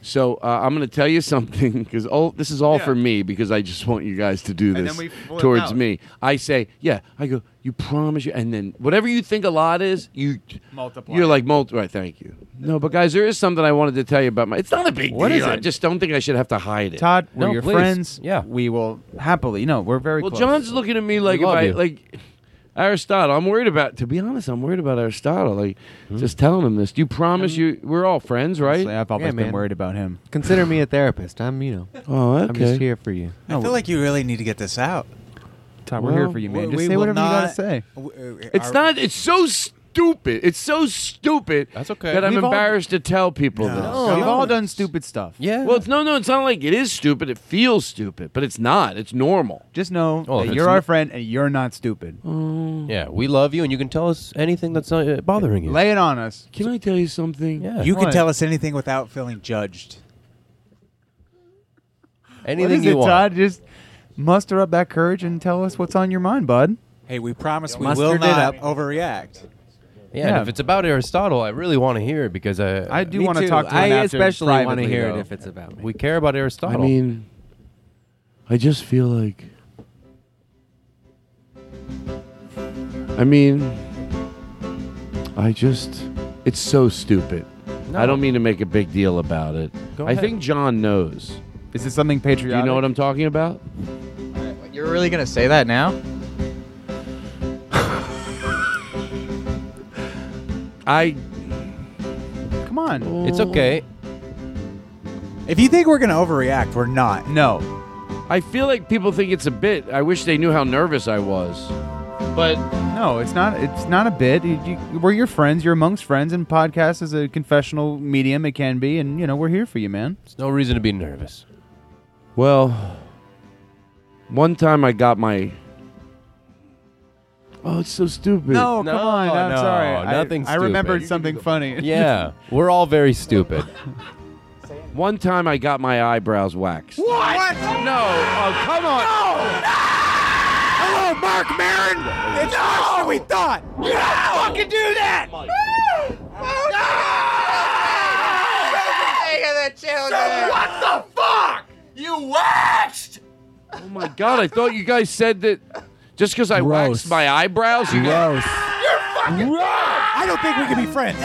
So uh, I'm going to tell you something because all this is all for me because I just want you guys to do then this we flip towards out. me. I say, yeah. I go, you promise you, and then whatever you think a lot is, you Multiply. You're like multi. Right, thank you. No, but guys, there is something I wanted to tell you about my. It's not a big What deal. is I it? just don't think I should have to hide it. Todd, we're No, your please. friends. Yeah. We will happily. No, we're very Well, close. John's looking at me like if love I you. like Aristotle. I'm worried about. To be honest, I'm worried about Aristotle. Like just telling him this. Do you promise you? We're all friends, right? I've always Yeah, been man. worried about him. Consider me a therapist. I'm, you know. Oh, I'm just okay. here for you. I feel like you really need to get this out. Uh, Todd, we're here for you, man. Just say whatever you gotta say. It's not. It's so stupid. It's so stupid. That's okay. That I'm We've all- embarrassed to tell people this. No, we've all done stupid stuff. Yeah. Well, it's no, no. It's not like it is stupid. It feels stupid, but it's not. It's normal. Just know Oh, if that it's you're our n- friend and you're not stupid. Mm. Yeah, we love you, and you can tell us anything that's not uh, bothering you. Lay it on us. Can I tell you something? Yeah. You can What? tell us anything without feeling judged. anything what is you it, want. Todd? Just muster up that courage and tell us what's on your mind, bud. Hey, we promise we Mustered will it not up. overreact. Yeah, and Yeah. if it's about Aristotle, I really want to hear it because uh, I I do Me wanna too. talk to him I after especially wanna privately, hear it though. if it's about me. We care about I Aristotle. mean, I just feel like. I mean, I just. It's so stupid. I don't mean to make a big deal about it. Go I ahead. think John knows. Is this something patriotic? Do you know what I'm talking about? You're really gonna say that now? I. Come on. It's okay. Oh. If you think we're going to overreact, we're not. No. Oh. I feel like people think it's a bit. I wish they knew how nervous I was. But No, it's not. It's not a bit. You- you- we're your friends. You're amongst friends, and podcast is a confessional medium. It can be, and you know we're here for you, man. There's no reason to be nervous. Well, one time I got my. Oh, it's so stupid. No, come on. I'm no, sorry. I- nothing I, remembered stupid. something funny. Yeah, we're all very stupid. One time I got my eyebrows waxed. What? No. Oh, come on. Hello, Mark Marin. It's worse than we thought. You don't fucking do that. So what the fuck? You waxed. Oh my god! I thought you guys said that just because I waxed my eyebrows. You Gross. You're fucking. I don't think we can be friends.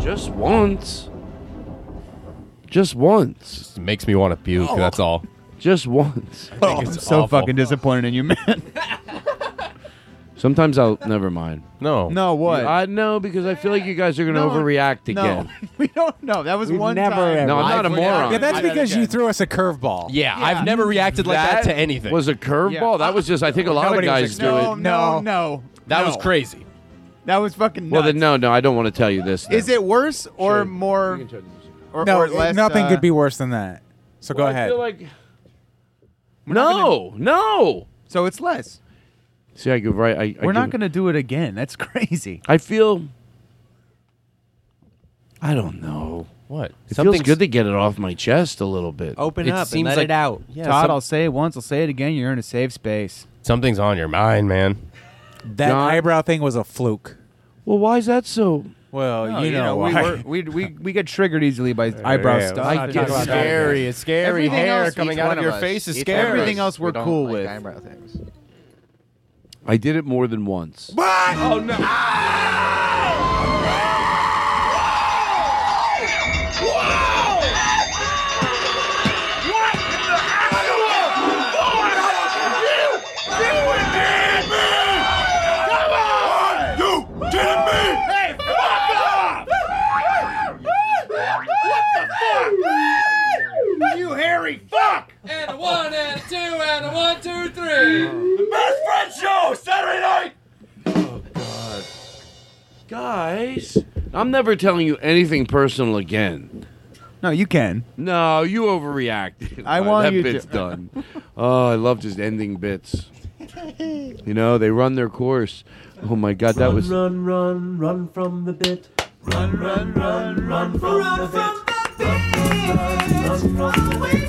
Just once. Just once. Makes me want to Oh, puke. That's all. Just once. Oh, I'm it's so awful. fucking disappointed in you, man. Sometimes I'll. Never mind. No. no, what? I know because I feel like you guys are gonna overreact no, again. we don't know. That was one never time. ever- No, I'm not a I've- moron. Yeah, that's because you threw us a curveball. Yeah, I've never reacted like that, to anything. Was a curveball. That was just. I think a lot Nobody of was guys do expecting- it. Oh, No, no, no. that no. was crazy. That was fucking. Nuts. Well, then no, no. I don't want to tell you this. then. Is it worse or more? Or, No, or less, nothing uh, could be worse than that. So Well, go I ahead. feel like- no, no. So it's less. See, I go right. I, I We're not give- going to do it again. That's crazy. I feel. I don't know. What? It Something's- feels good to get it off my chest a little bit. Open It up and seems let like- it out. Todd, I'll say it once. I'll say it again. You're in a safe space. Something's on your mind, man. That eyebrow thing was a fluke. Well, why is that so? Well, No, you, know, Oh, we, why. were- we, we, we get triggered easily by eyebrow yeah, stuff. let's not talk about that. Scary, It's it's scary hair coming each out of one your us. face is Each scary. one of Everything else we're cool with. Eyebrow things. I did it more than once. What? Oh no! You hairy fuck! And a one, and a two, and a one, two, three. The best friend show Saturday night. Guys, I'm never telling you anything personal again. No, you can. No, you overreacted. I All right, want that you to- bit's done. oh, I love just ending bits. You know, they run their course. Oh my god, that run, was run, run, run from the bit. Run, run, run, run from the bit. Run, run, run, run from the bit.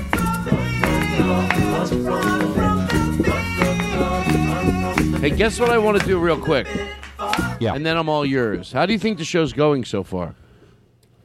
Hey, guess what I want to do real quick? Yeah. And then I'm all yours. How do you think the show's going so far?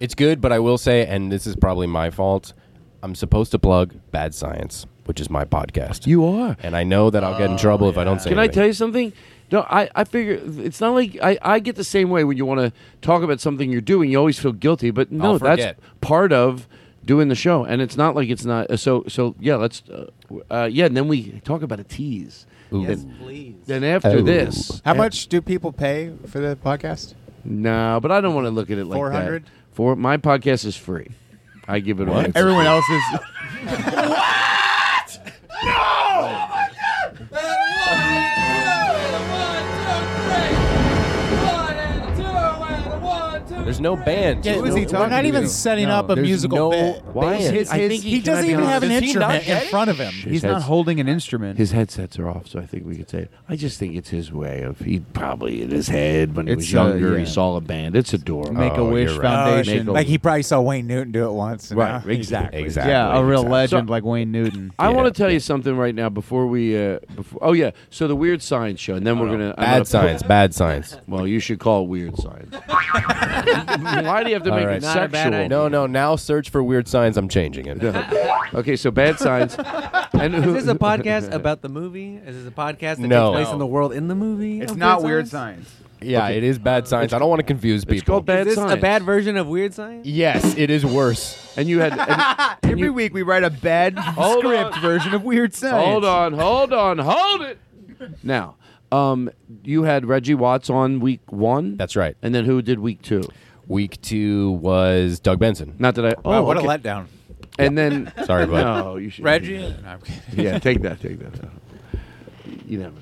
It's good, but I will say, and this is probably my fault, I'm supposed to plug Bad Science, which is my podcast. You are. And I know that I'll get Oh, in trouble if I don't say Can I anything. tell you something? No, I, I figure it's not like I, I get the same way when you want to talk about something you're doing. You always feel guilty, but no, I'll that's forget. part of doing the show. And it's not like it's not. So, so yeah, let's. Uh, uh, yeah, and then we talk about a tease. Yes, please. Then after Ooh. this. How a- much do people pay for the podcast? No, but I don't want to look at it like 400? that. For my podcast is free. I give it away. Everyone else is. There's no band. Yeah, There's we're no- not even setting up a there's musical no- bit. Why? His- his- he, doesn't even have an instrument in front of him. He's not holding an instrument. His headsets are off, so I think we could say it. I just think it's his way of he probably in his head when he was It's, uh, younger yeah. he saw a band. It's adorable. Oh, Make-A-Wish you're right. Foundation. Make-A- Like he probably saw Wayne Newton do it once. and Right, now- exactly. Exactly. Yeah, a real Exactly. legend So- like Wayne Newton. I want to tell you something right now before we. Uh, before, oh yeah, so the weird science show, and then Oh, we're gonna I'm Bad gonna put- Science, Bad Science. Well, you should call it Weird Science. Why do you have to All make right. it sexual? No, no. Now search for weird signs. I'm changing it. okay, so bad signs. And Is this a podcast about the movie? Is this a podcast that No. takes place in the world in the movie? It's of not Weird weird Science? science. Yeah, Okay. it is bad science. I don't want to confuse people. It's called Is this a bad version of Weird Science? Yes, it is worse. And you had Every week we write a bad script version of weird science. Hold on, hold on, hold it. Now, um, you had Reggie Watts on week one. That's right. And then who did week two? Week two was Doug Benson. Not that I. Oh, Wow, what okay. a letdown. And then. Sorry, bud. No, you should. Reggie? No, I'm kidding. yeah, take that, take that. You never know.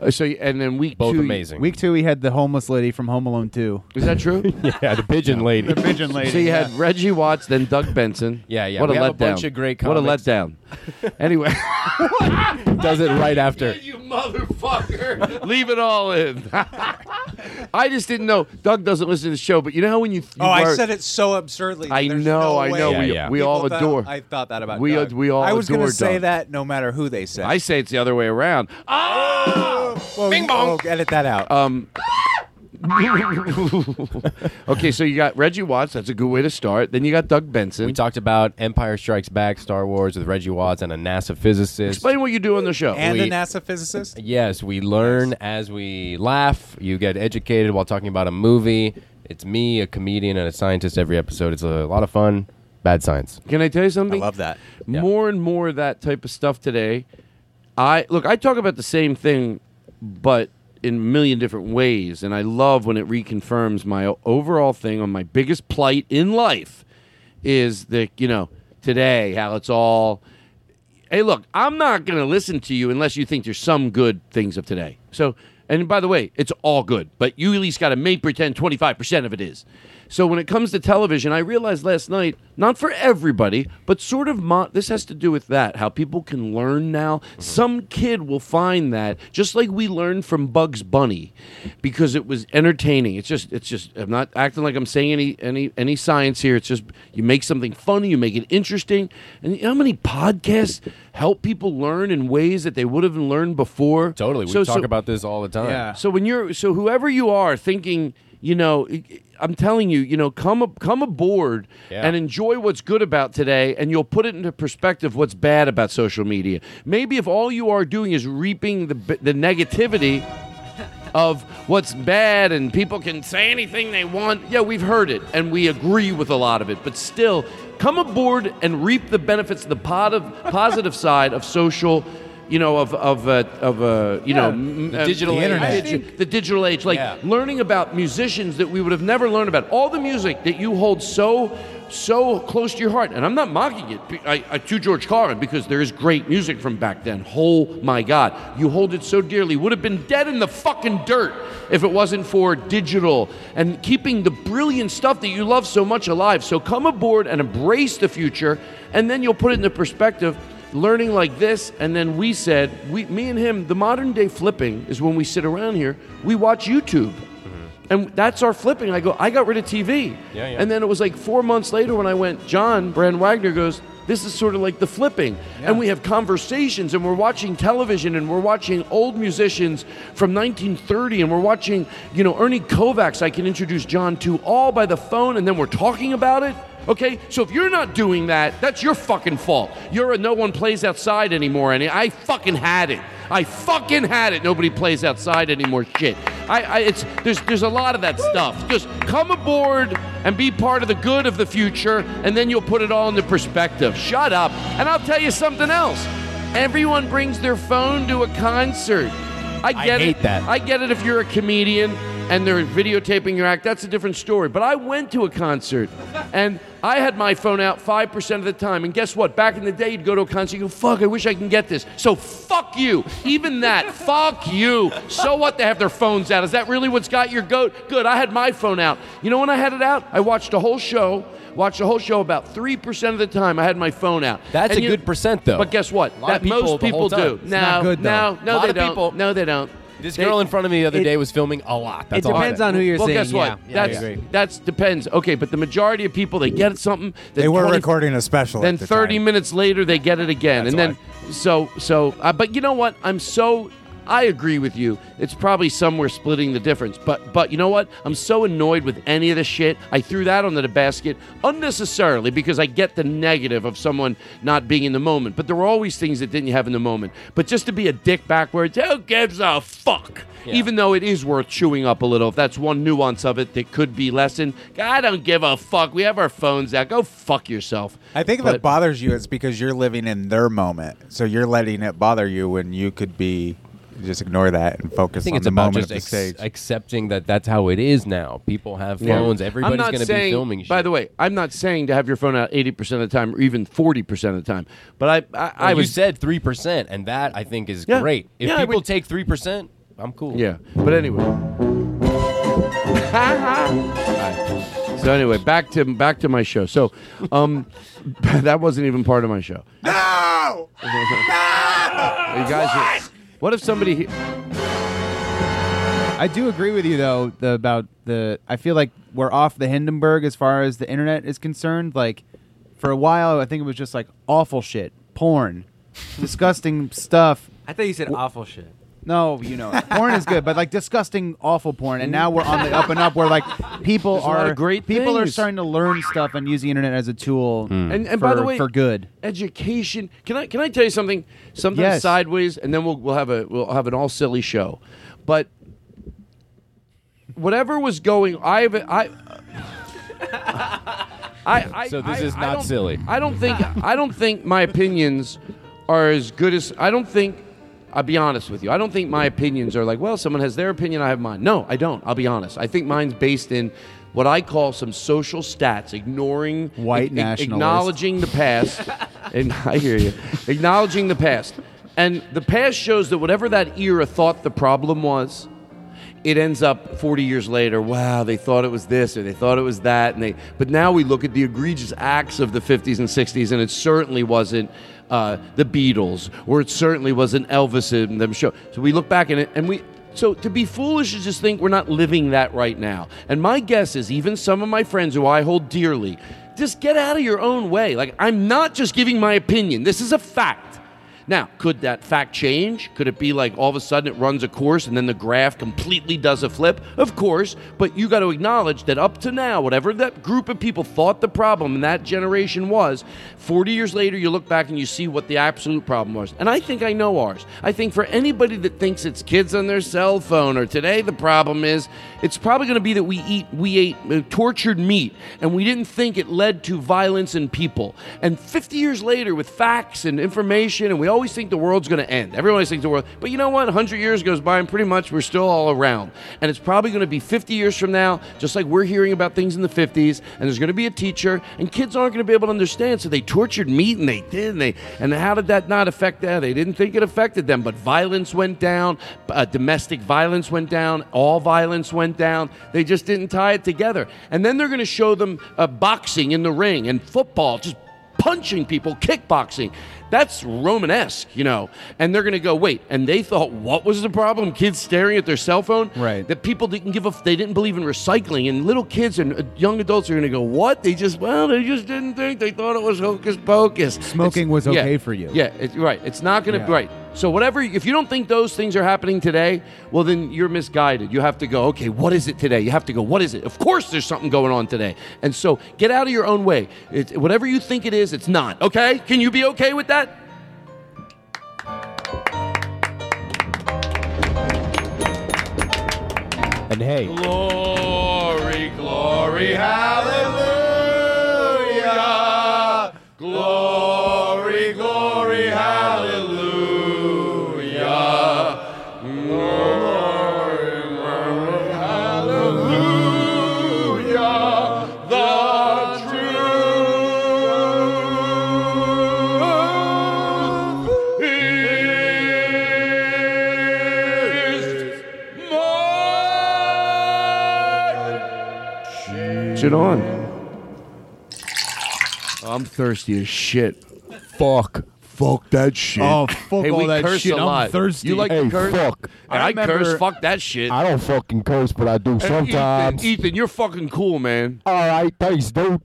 Uh, so, and then week two. Week two, we had the homeless lady from Home Alone 2. Is that true? yeah, the pigeon lady. The pigeon lady. So you had yeah. Reggie Watts, then Doug Benson. Yeah, yeah, What we a have letdown. a bunch of great What a comics. letdown. anyway, Does it right after. you motherfucker. Leave it all in. I just didn't know. Doug doesn't listen to the show, but you know how when you. you Oh, I are- said it so absurdly. I There's know, no I way know. Yeah, we yeah. we people all thought- adore. I thought that about we Doug. we all. I was adore gonna say Doug. that no matter who they said. I say it's the other way around. Oh, well, Bing bong. edit that out. Um. okay, so you got Reggie Watts. That's a good way to start. Then you got Doug Benson. We talked about Empire Strikes Back, Star Wars with Reggie Watts and a NASA physicist. Explain what you do on the show. and we- a NASA physicist. Yes, we learn as we laugh. You get educated while talking about a movie. It's me, a comedian, and a scientist every episode. It's a lot of fun. Bad science. Can I tell you something? Love that. More and more of that type of stuff today. I look. I talk about the same thing, but in a million different ways, and I love when it reconfirms my o- overall thing on my biggest plight in life is that you know today how it's all. Hey, look, I'm not going to listen to you unless you think there's some good things of today. So, and by the way, it's all good, but you at least got to make pretend 25% of it is. So when it comes to television, I realized last night, not for everybody, but sort of mo- this has to do with that, how people can learn now. Some kid will find that, just like we learned from Bugs Bunny, because it was entertaining. It's just it's just I'm not acting like I'm saying any any any science here. It's just you make something funny, you make it interesting. And you know how many podcasts help people learn in ways that they would have learned before? Totally. We talk about this all the time. Yeah. So when you're so whoever you are thinking, you know, I'm telling you, you know, come ab- come aboard Yeah. and enjoy what's good about today, and you'll put it into perspective what's bad about social media. Maybe if all you are doing is reaping the b- the negativity of what's bad and people can say anything they want. Yeah, we've heard it and we agree with a lot of it, but still, come aboard and reap the benefits, the pot of, positive side of social. You know of of uh, of uh, you know Yeah. m- The uh, digital The age. internet. digi- the digital age, like learning about musicians that we would have never learned about. All the music that you hold so, so close to your heart. And I'm not mocking it be- I, I, to George Carlin because there is great music from back then. Oh my God. You hold it so dearly. Would have been dead in the fucking dirt if it wasn't for digital and keeping the brilliant stuff that you love so much alive. So come aboard and embrace the future, and then you'll put it into perspective learning like this and then we said we, me and him the modern day flipping is when we sit around here we watch youtube and that's our flipping i go i got rid of tv Yeah, yeah. and then it was like four months later when i went john brand wagner goes this is sort of like the flipping and we have conversations and we're watching television and we're watching old musicians from 1930 and we're watching you know ernie kovacs i can introduce john to all by the phone and then we're talking about it Okay, so if you're not doing that, that's your fucking fault. You're a no one plays outside anymore, and I fucking had it. I fucking had it. Nobody plays outside anymore. Shit. I, I it's there's there's a lot of that stuff. Just come aboard and be part of the good of the future, and then you'll put it all into perspective. Shut up, and I'll tell you something else. Everyone brings their phone to a concert. I I get it. hate that. I get it if you're a comedian and they're videotaping your act. That's a different story. But I went to a concert and I had my phone out 5% of the time. And guess what? Back in the day, you'd go to a concert, you go, fuck, I wish I can get this. So fuck you. Even that, fuck you. So what? They have their phones out. Is that really what's got your goat? Good. I had my phone out. You know when I had it out? I watched a whole show. Watched the whole show about 3% of the time I had my phone out. That's And a you- good percent, though. But guess what? A lot That of people most the whole people do. time. It's No, not good, though. no, A no, lot they of don't. people- no, they don't. This They- girl in front of me the other It- day was filming a lot. That's it all I depends said. on who you're Well, seeing, guess what? yeah. Yeah, I That's- agree. that's depends. Okay, but the majority of people they get something. that They were 20 recording a special. Then at the 30 time. minutes later, they get it again, and then so so. Uh, but you know what? I'm so. I agree with you. It's probably somewhere splitting the difference. But but you know what? I'm so annoyed with any of the shit. I threw that under the basket unnecessarily because I get the negative of someone not being in the moment. But there were always things that didn't have in the moment. But just to be a dick backwards, who gives a fuck? Even though it is worth chewing up a little, if that's one nuance of it that could be lessened. I don't give a fuck. We have our phones out. Go fuck yourself. I think if But- it bothers you, it's because you're living in their moment, so you're letting it bother you when you could be just ignore that and I focus think on it's the about moment of just the ex- stage. accepting that that's how it is now. People have Yeah. phones. Everybody's I'm not going to be saying- filming shit. By the way, I'm not saying to have your phone out 80% of the time or even 40% of the time. But I, I, I Well, you was said three percent, and that I think is Yeah. great. If Yeah, I people take three percent, I'm cool. Yeah. But anyway. So anyway, back to back to my show. So, um, that wasn't even part of my show. Hmm. No. you guys. Are, what if somebody? he- I do agree with you though the, about the. I feel like we're off the Hindenburg as far as the internet is concerned. Like for a while, I think it was just like awful shit, porn, disgusting stuff. I thought you said awful shit. No, you know, it. porn is good, but like disgusting, awful porn. And now we're on the up and up, where like people There's a lot are of great people are things. starting to learn stuff and use the internet as a tool. Hmm. And, and for, by the way, for good. education. Can I can I tell you something? Something Yes. sideways, and then we'll we'll have a we'll have an all silly show. But whatever was going, I've I. I, I So this I- is I not don't- silly. I don't think I don't think my opinions are as good as I don't think. I'll be honest with you. I don't think my opinions are like, well, someone has their opinion, I have mine. No, I don't. I'll be honest. I think mine's based in what I call some social stats, ignoring White nationalist. acknowledging the past. and I hear you. Acknowledging the past. And the past shows that whatever that era thought the problem was, it ends up 40 years later wow they thought it was this or they thought it was that and they but now we look at the egregious acts of the 50s and 60s and it certainly wasn't uh, the beatles or it certainly wasn't elvis and them show so we look back and it and we so to be foolish is just think we're not living that right now and my guess is even some of my friends who i hold dearly just get out of your own way like i'm not just giving my opinion this is a fact now, could that fact change? Could it be like all of a sudden it runs a course and then the graph completely does a flip? Of course, but you got to acknowledge that up to now, whatever that group of people thought the problem in that generation was, 40 years later, you look back and you see what the absolute problem was. And I think I know ours. I think for anybody that thinks it's kids on their cell phone or today the problem is, it's probably going to be that we eat, we ate uh, tortured meat and we didn't think it led to violence in people. And 50 years later, with facts and information, and we all always think the world's going to end. Everyone always thinks the world. But you know what? 100 years goes by and pretty much we're still all around. And it's probably going to be 50 years from now, just like we're hearing about things in the 50s, and there's going to be a teacher, and kids aren't going to be able to understand. So they tortured meat and they did, and they and how did that not affect that? They didn't think it affected them, but violence went down, uh, domestic violence went down, all violence went down. They just didn't tie it together. And then they're going to show them uh, boxing in the ring and football, just punching people, kickboxing. That's Romanesque, you know. And they're going to go, wait. And they thought, what was the problem? Kids staring at their cell phone? Right. That people didn't give a, f- they didn't believe in recycling. And little kids and uh, young adults are going to go, what? They just, well, they just didn't think. They thought it was hocus pocus. Smoking It's- was yeah. okay for you. Yeah, it, right. It's not going to Yeah. be right. So whatever, if you don't think those things are happening today, well then you're misguided. You have to go, okay, what is it today? You have to go, what is it? Of course, there's something going on today. And so get out of your own way. It's whatever you think it is, it's not. Okay? Can you be okay with that? And hey, Glory, glory, hallelujah. Glory, glory, hallelujah. Glory, glory, hallelujah. The truth is Shit on. I'm thirsty as shit. Fuck. Fuck that shit. Oh, fuck hey, all we that curse shit. A I'm lot. thirsty. You like Hey, to curse? fuck. And I I, remember- curse. Fuck that shit. I don't fucking curse, but I do And Ethan- sometimes. Ethan, you're fucking cool, man. All right, thanks, dude.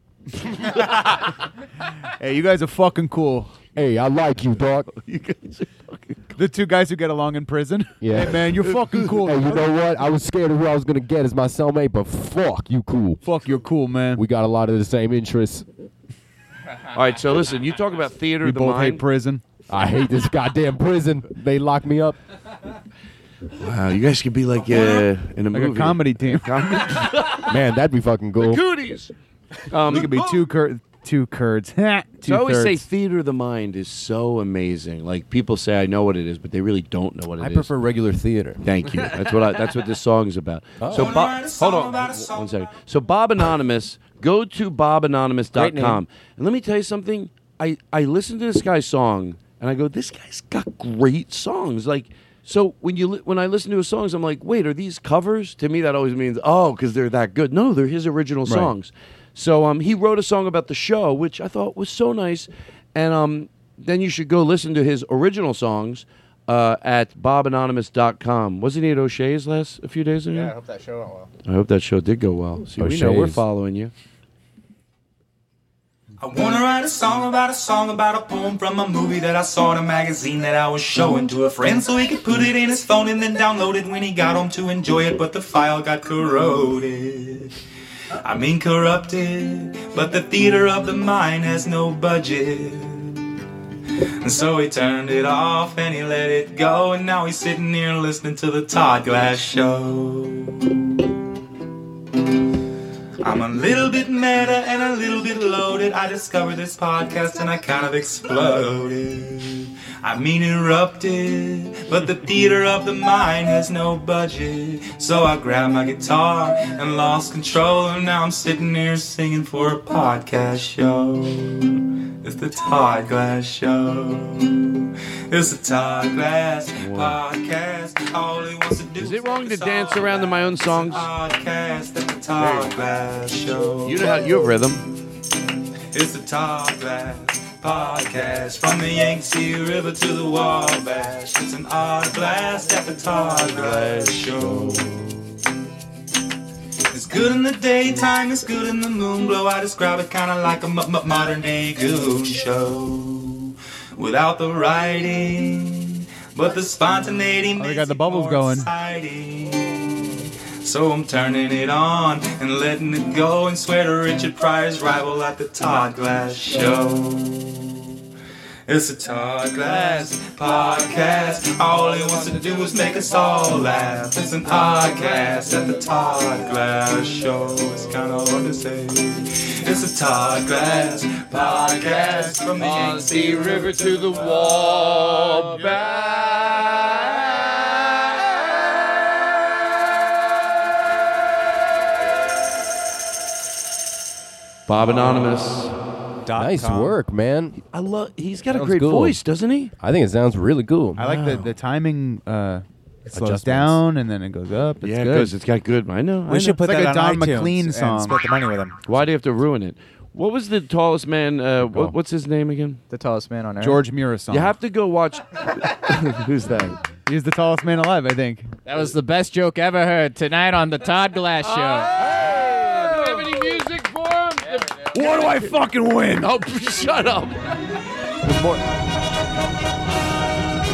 Hey, you guys are fucking cool. Hey, I like you, dog. you guys are fucking cool. The two guys who get along in prison. Yeah. Hey, man, you're fucking cool. Hey, you know what? I was scared of who I was gonna get as my cellmate, but fuck, you cool. Fuck, you're cool, man. We got a lot of the same interests. All right, so listen. You talk about theater We of the both hate mind. prison. I hate this goddamn prison. They lock me up. Wow, you guys could be like uh, in a Like a movie. comedy team. Man, that'd be fucking cool. Cooties. Um, it could be two cur- two curds. So I always say theater of the mind is so amazing. Like people say, I know what it is, but they really don't know what it is. I prefer regular theater. Thank you. That's what I, that's what this song's about. Oh. So Bob, hold on one second. So Bob Anonymous, go Great to name. bobanonymous.com. And let me tell you something. I I listened to this guy's song and I go, this guy's got great songs. Like so when you li- when I listen to his songs, I'm like, wait, are these covers? To me, that always means oh, because they're that good. No, they're his original Right. songs. So um, he wrote a song about the show, which I thought was so nice. And um, then you should go listen to his original songs uh, at bobanonymous.com. Wasn't he at O'Shea's last a few days ago? Yeah, I hope that show went well. I hope that show did go well. See, we know we're O'Shea's. following you. I wanna write a song about a song about a poem from a movie that I saw in a magazine that I was showing to a friend so he could put it in his phone and then download it when he got home to enjoy it, but the file got corroded. I mean corrupted, but the theater of the mind has no budget. And so he turned it off and he let it go, and now he's sitting here listening to the Todd Glass show. I'm a little bit meta and a little bit loaded. I discovered this podcast and I kind of exploded. I mean, erupted, but the theater of the mind has no budget. So I grabbed my guitar and lost control, and now I'm sitting here singing for a podcast show. It's the Todd Glass Show. It's the Todd Glass Podcast. All he wants to do is it wrong to dance around to my own songs? podcast at the Todd Glass Show. You know how you have rhythm. It's the Todd Glass Podcast from the Yangtze River to the Wabash. It's an odd blast at the Todd Glass Show. It's good in the daytime, it's good in the moon glow. I describe it kind of like a m- m- modern day goon show without the writing, but the spontaneity. Oh, they got the bubbles going. So I'm turning it on and letting it go and swear to Richard Pryor's rival at the Todd Glass Show. It's a Todd Glass podcast. All he wants to do is make us all laugh. It's an podcast at the Todd Glass Show. It's kind of hard to say. It's a Todd Glass podcast from the Yangtze River to the Wabash. Bob Anonymous. nice work, man. I love. He's got Sounds a great cool. voice, doesn't he? I think it sounds really cool. I like the, the timing. Uh, it slows Adjustments. down and then it goes up. It's yeah, good. because it's got good. I know. We I know. should put It's that on iTunes and split the money with him. Why do you have to ruin it? What was the tallest man? Uh, what, what's his name again? The tallest man on earth. George Murison. You have to go watch. Who's that? He's the tallest man alive, I think. That was the best joke ever heard tonight on the Todd Glass Show. What do I fucking win? Oh, shut up.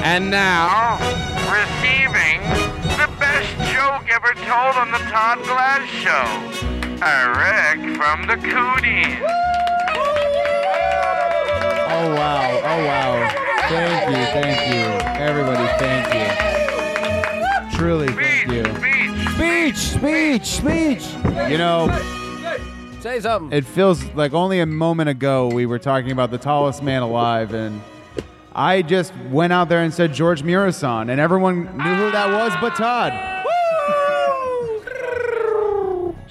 And now, Oh, receiving the best joke ever told on the Todd Glass Show. Eric from the Cooties. Oh wow! Oh wow! Thank you, thank you, everybody. Thank you. Truly, thank you. Speech, speech, speech. You know, Say something. it feels like only a moment ago we were talking about the tallest man alive, and I just went out there and said George Murison, and everyone knew who that was but Todd.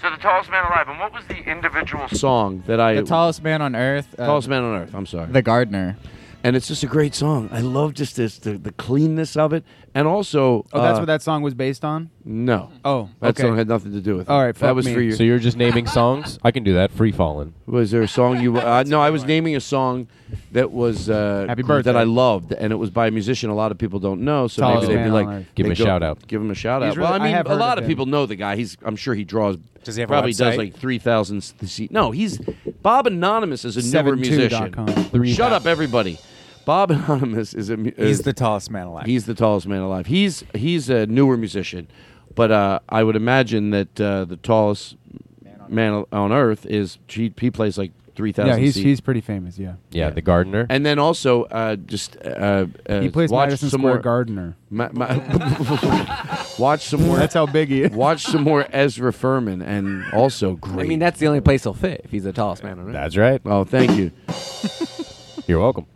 So the tallest man alive. And what was the individual song that I The tallest man on earth. uh, tallest man on earth. I'm sorry. The gardener. And it's just a great song. I love just this the, the cleanness of it, and also Oh, that's uh, what that song was based on? No. Oh, that okay. song had nothing to do with it. All right, that fuck was me. for you. So you're just naming songs? I can do that. Free falling. Was there a song you? Uh, no, I was naming a song that was uh, Happy cool- birthday. that I loved, and it was by a musician. A lot of people don't know, so Tallest maybe they'd man be on earth. like, Give him they a shout out. Give him a shout He's out. really- well, I I mean, have a heard lot of of him. people know the guy. He's, I'm sure he draws. Does he have a probably does website? like three thousand. No, he's Bob Anonymous is a newer 72.com. musician. Three Shut up, everybody. Bob Anonymous is a. mu- He's is- the tallest man alive. He's the tallest man alive. He's he's a newer musician, but uh, I would imagine that uh, the tallest man on, earth is he, he plays like three thousand. Yeah, he's, he's pretty famous, yeah. Yeah, the gardener. And then also uh, just uh, uh, He plays watch Madison some Square more Gardener. Ma- ma- watch some more. That's how big he is. Watch some more Ezra Furman, and also I great. mean, that's the only place he'll fit if he's the tallest man on earth. That's right. Oh, thank you. You're welcome.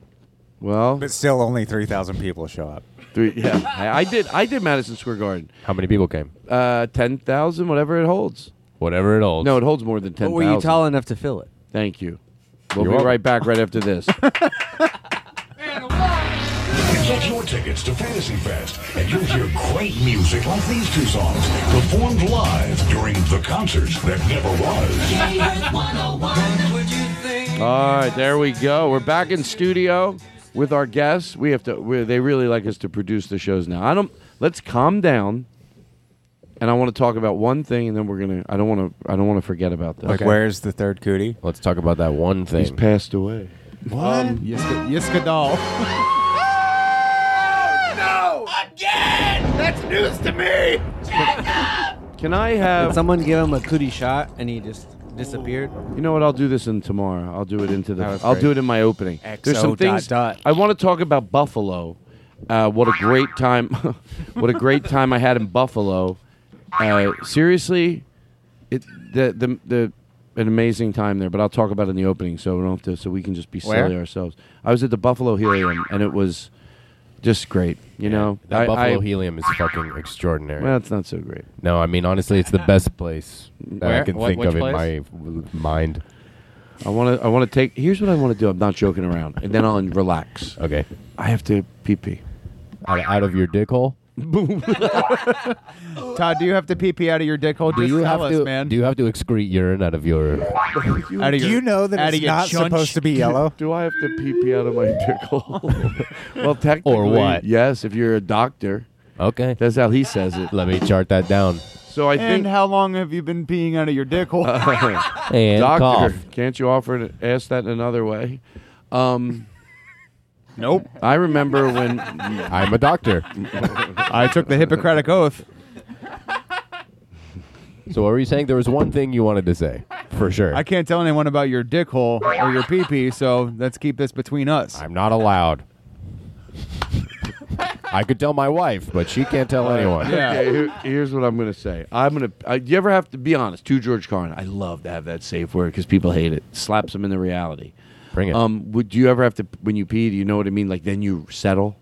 Well, but still, only three thousand people show up. Three, yeah, I, I did. I did Madison Square Garden. How many people came? Uh, ten thousand, whatever it holds. Whatever it holds. No, it holds more than ten But thousand. were you tall enough to fill it? Thank you. You're We'll be welcome. right back right after this. Get your tickets to Fantasy Fest, and you'll hear great music like these two songs performed live during the concerts that never was. All right, there we go. We're back in studio with our guests. We have to. we they really like us to produce the shows now. I don't. Let's calm down. And I want to talk about one thing, and then we're gonna. I don't want to. I don't want to forget about this. Like, where's the third cootie? Let's talk about that one thing. He's passed away. What? Um, Yiska, Yiska doll. No! Again! That's news to me! Can I have? Did someone give him a cootie shot and he just disappeared? You know what? I'll do this in tomorrow. I'll do it into the. That was I'll great. do it in my opening. There's XO some dot things dot. I want to talk about Buffalo. Uh, what a great time! what a great time I had in Buffalo. Uh, seriously, it the, the the an amazing time there. But I'll talk about it in the opening, so we don't have to. So we can just be Where? silly ourselves. I was at the Buffalo Helium, and it was just great. You know, That I- Buffalo I- Helium is fucking extraordinary. Well, it's not so great. No, I mean honestly, it's the best place that I Where? can What- think which of place? in my w- mind. I want to. I want to take. Here's what I want to do. I'm not joking around. And then I'll relax. Okay. I have to pee pee. Out, out of your dick hole. Todd, do you have to pee pee out of your dick hole? Do Just you have tell us, to? man. Do you have to excrete urine out of your? Out of your- out of your chunch? Do I have to pee pee out of my dick hole? well, technically, Or what? Yes, if you're a doctor. Okay. That's how he says it. Let me chart that down. So I and think. how long have you been peeing out of your dick hole? And doctor, cough. can't you offer to ask that in another way? Um, nope. I remember when I'm a doctor. I took the Hippocratic oath. So what were you saying? There was one thing you wanted to say, for sure. I can't tell anyone about your dick hole or your pee pee, so let's keep this between us. I'm not allowed. I could tell my wife, but she can't tell anyone. Okay, here- here's what I'm going to say. I'm going to. You ever have to be honest to George Carlin? I love to have that safe word because people hate it. Slaps them into reality. Bring it. Um, would you ever have to when you pee? Do you know what I mean? Like then you settle.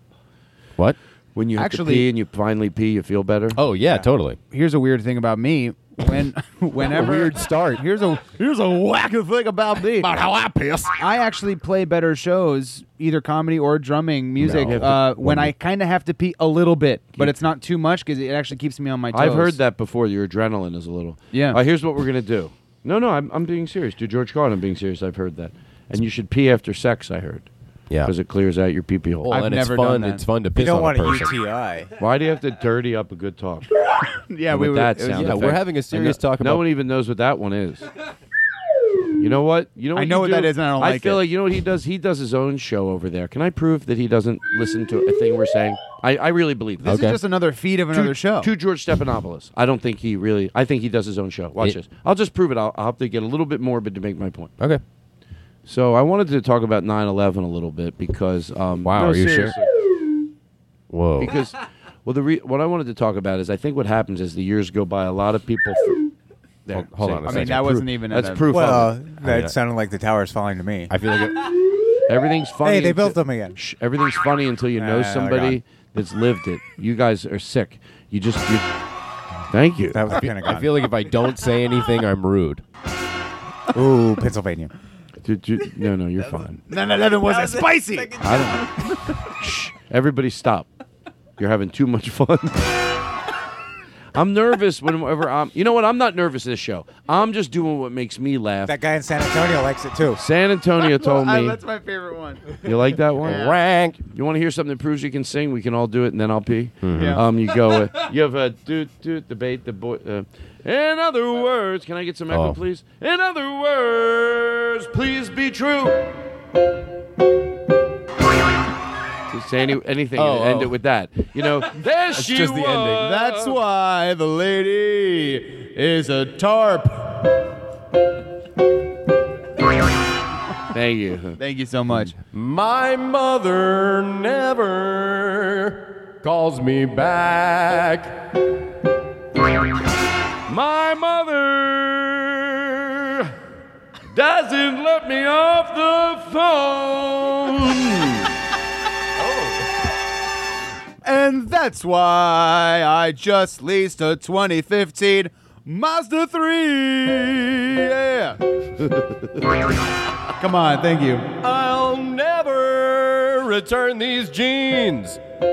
What? When you have Actually- to pee and you finally pee, you feel better. Oh yeah, totally. Here's a weird thing about me. When, whenever Weird start. Here's a here's a wacky thing about me. About how I piss. I actually play better shows, either comedy or drumming music, No. uh, When when I kind of have to pee a little bit, but it's not too much because it actually keeps me on my toes. I've heard that before. Your adrenaline is a little. Yeah. Uh, here's what we're gonna do. No, no, I'm, I'm being serious. Do George Carlin? I'm being serious. I've heard that. And you should pee after sex. I heard. Yeah. Because it clears out your pee pee hole. Well, I've and it's never done fun- that. it's fun to You piss don't on a want a person. UTI. Why do you have to dirty up a good talk? Yeah, With we were- that it was- sound yeah, effect. we're having a I serious know- talk No about- one even knows what that one is. You know what? You know. I What know you what do? that is and I don't like feel it. like you know what he does. He does his own show over there. Can I prove that he doesn't listen to a thing we're saying? I, I really believe that. This is just another feed of another show. To George Stephanopoulos. I don't think he really. I think he does his own show. Watch Yeah. this. I'll just prove it. I'll, I'll have to get a little bit morbid to make my point. Okay. So I wanted to talk about 9/11 a little bit because. Um, Wow, no, are you sure? seriously. Whoa. Because, well, the re- what I wanted to talk about is I think what happens as the years go by, a lot of people. f- there, Hold- hold see, on a that's second. uh, proof- That's proof. Well, of it. that sounded like the tower's falling to me. I feel like Everything's funny. Hey, they until- built them again. Shh, everything's funny until you know Nah, they're somebody gone. that's lived it. You guys are sick. You just. You, thank you. That was the I Pentagon. feel like if I don't say anything, I'm rude. Ooh, Pennsylvania. Did you, no, no, you're fine. None of them was as spicy. I don't. Shh, everybody, stop. You're having too much fun. I'm nervous whenever I'm. You know what? I'm not nervous this show. I'm just doing what makes me laugh. That guy in San Antonio likes it too. San Antonio told me. that's my favorite one. You like that one? Yeah. Rank. You want to hear something that proves you can sing? We can all do it, and then I'll pee. Yeah. Um, you go. Uh, you have a doot doot debate the boy. Uh, in other words, can I get some echo, Oh. please? In other words, please be true. Just say any, anything Oh, and end oh. it with that. You know, there That's she just the was. ending. That's why the lady is a tarp. Thank you. Thank you so much. My mother never calls me back. My mother doesn't let me off the phone. And that's why I just leased a 2015 Mazda 3. Yeah. Come on, thank you. I'll never return these jeans. One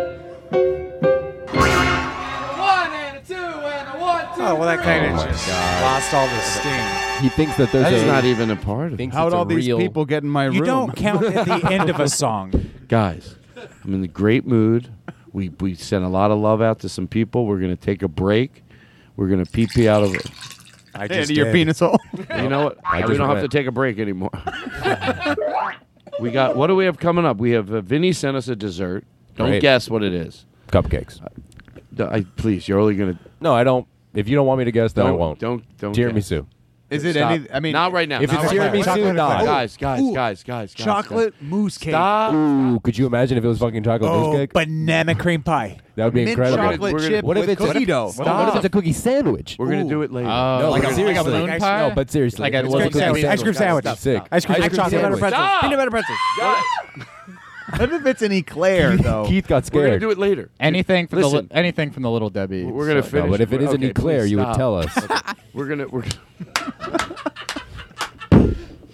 and a two and a one, two. Oh, well, that kind of Oh my just God. lost all the sting. He thinks that there's That's a- not even a part of it. thinks How'd it's a all these real- people get in my room? You don't count at the end of a song. Guys, I'm in a great mood. We we sent a lot of love out to some people. We're gonna take a break. We're gonna pee pee out of it. I Into your penis hole. You know what? I we just don't have went. to take a break anymore. we got what do we have coming up? We have uh, Vinny sent us a dessert. Don't Great. guess what it is. Cupcakes. Uh, D- I, please, you're only gonna No, I don't. If you don't want me to guess, then I Don't- won't. don't- don't Dear me, guess. Sue. Is it Stop. any? I mean, not right now. If not it's right now. tiramisu, Chocolate not. eclair. guys, guys, Ooh, guys, guys, guys, chocolate mousse cake. Stop. Ooh, could you imagine if it was fucking chocolate Oh, mousse cake? banana cream pie. That would be mint incredible. chocolate We're gonna- chip what if with it's cookie dough. Stop. What if it's a cookie sandwich? We're gonna do it later. Oh, no, like like a seriously. balloon pie? No, but seriously, Like it a was a balloon cookie sandwich. Ice cream sandwich. That's sick. Ice cream, Ice cream chocolate butter sandwich. pretzels. Stop. Peanut butter pretzels. What if it's an eclair though? Keith got We're gonna scared. do it later. Anything from the Listen. li- anything from the little Debbie. We're gonna so- finish. No, but if it is an Okay, eclair, please you would stop. tell us. We're gonna. We're. gonna-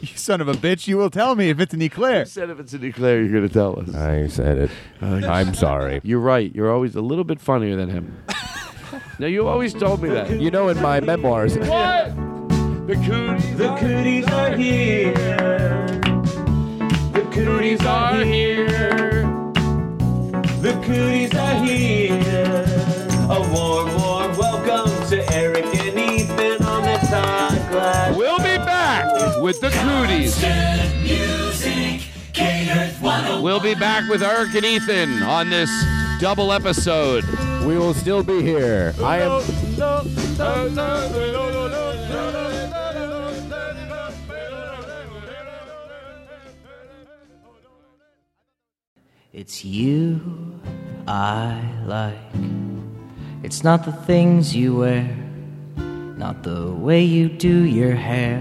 You son of a bitch, you will tell me if it's an eclair. said if it's an eclair, you're going to tell us. I said it. I'm sorry. You're right. You're always a little bit funnier than him. now, you always told me that. You know, in my memoirs. What? The cooties, the cooties are here. The cooties are here. The cooties are here. A warm, warm welcome to Eric and Ethan on the Todd Glass. We'll be back with the cooties. Music, K Earth 101. We'll be back with Eric and Ethan on this double episode. We will still be here. I am. It's you I like. It's not the things you wear, not the way you do your hair,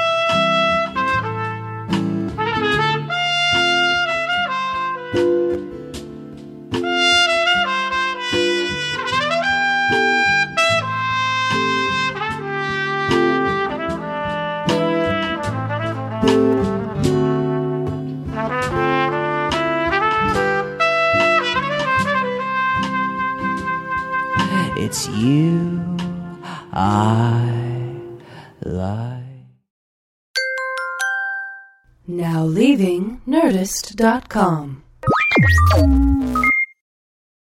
It's you I like. Now leaving Nerdist.com.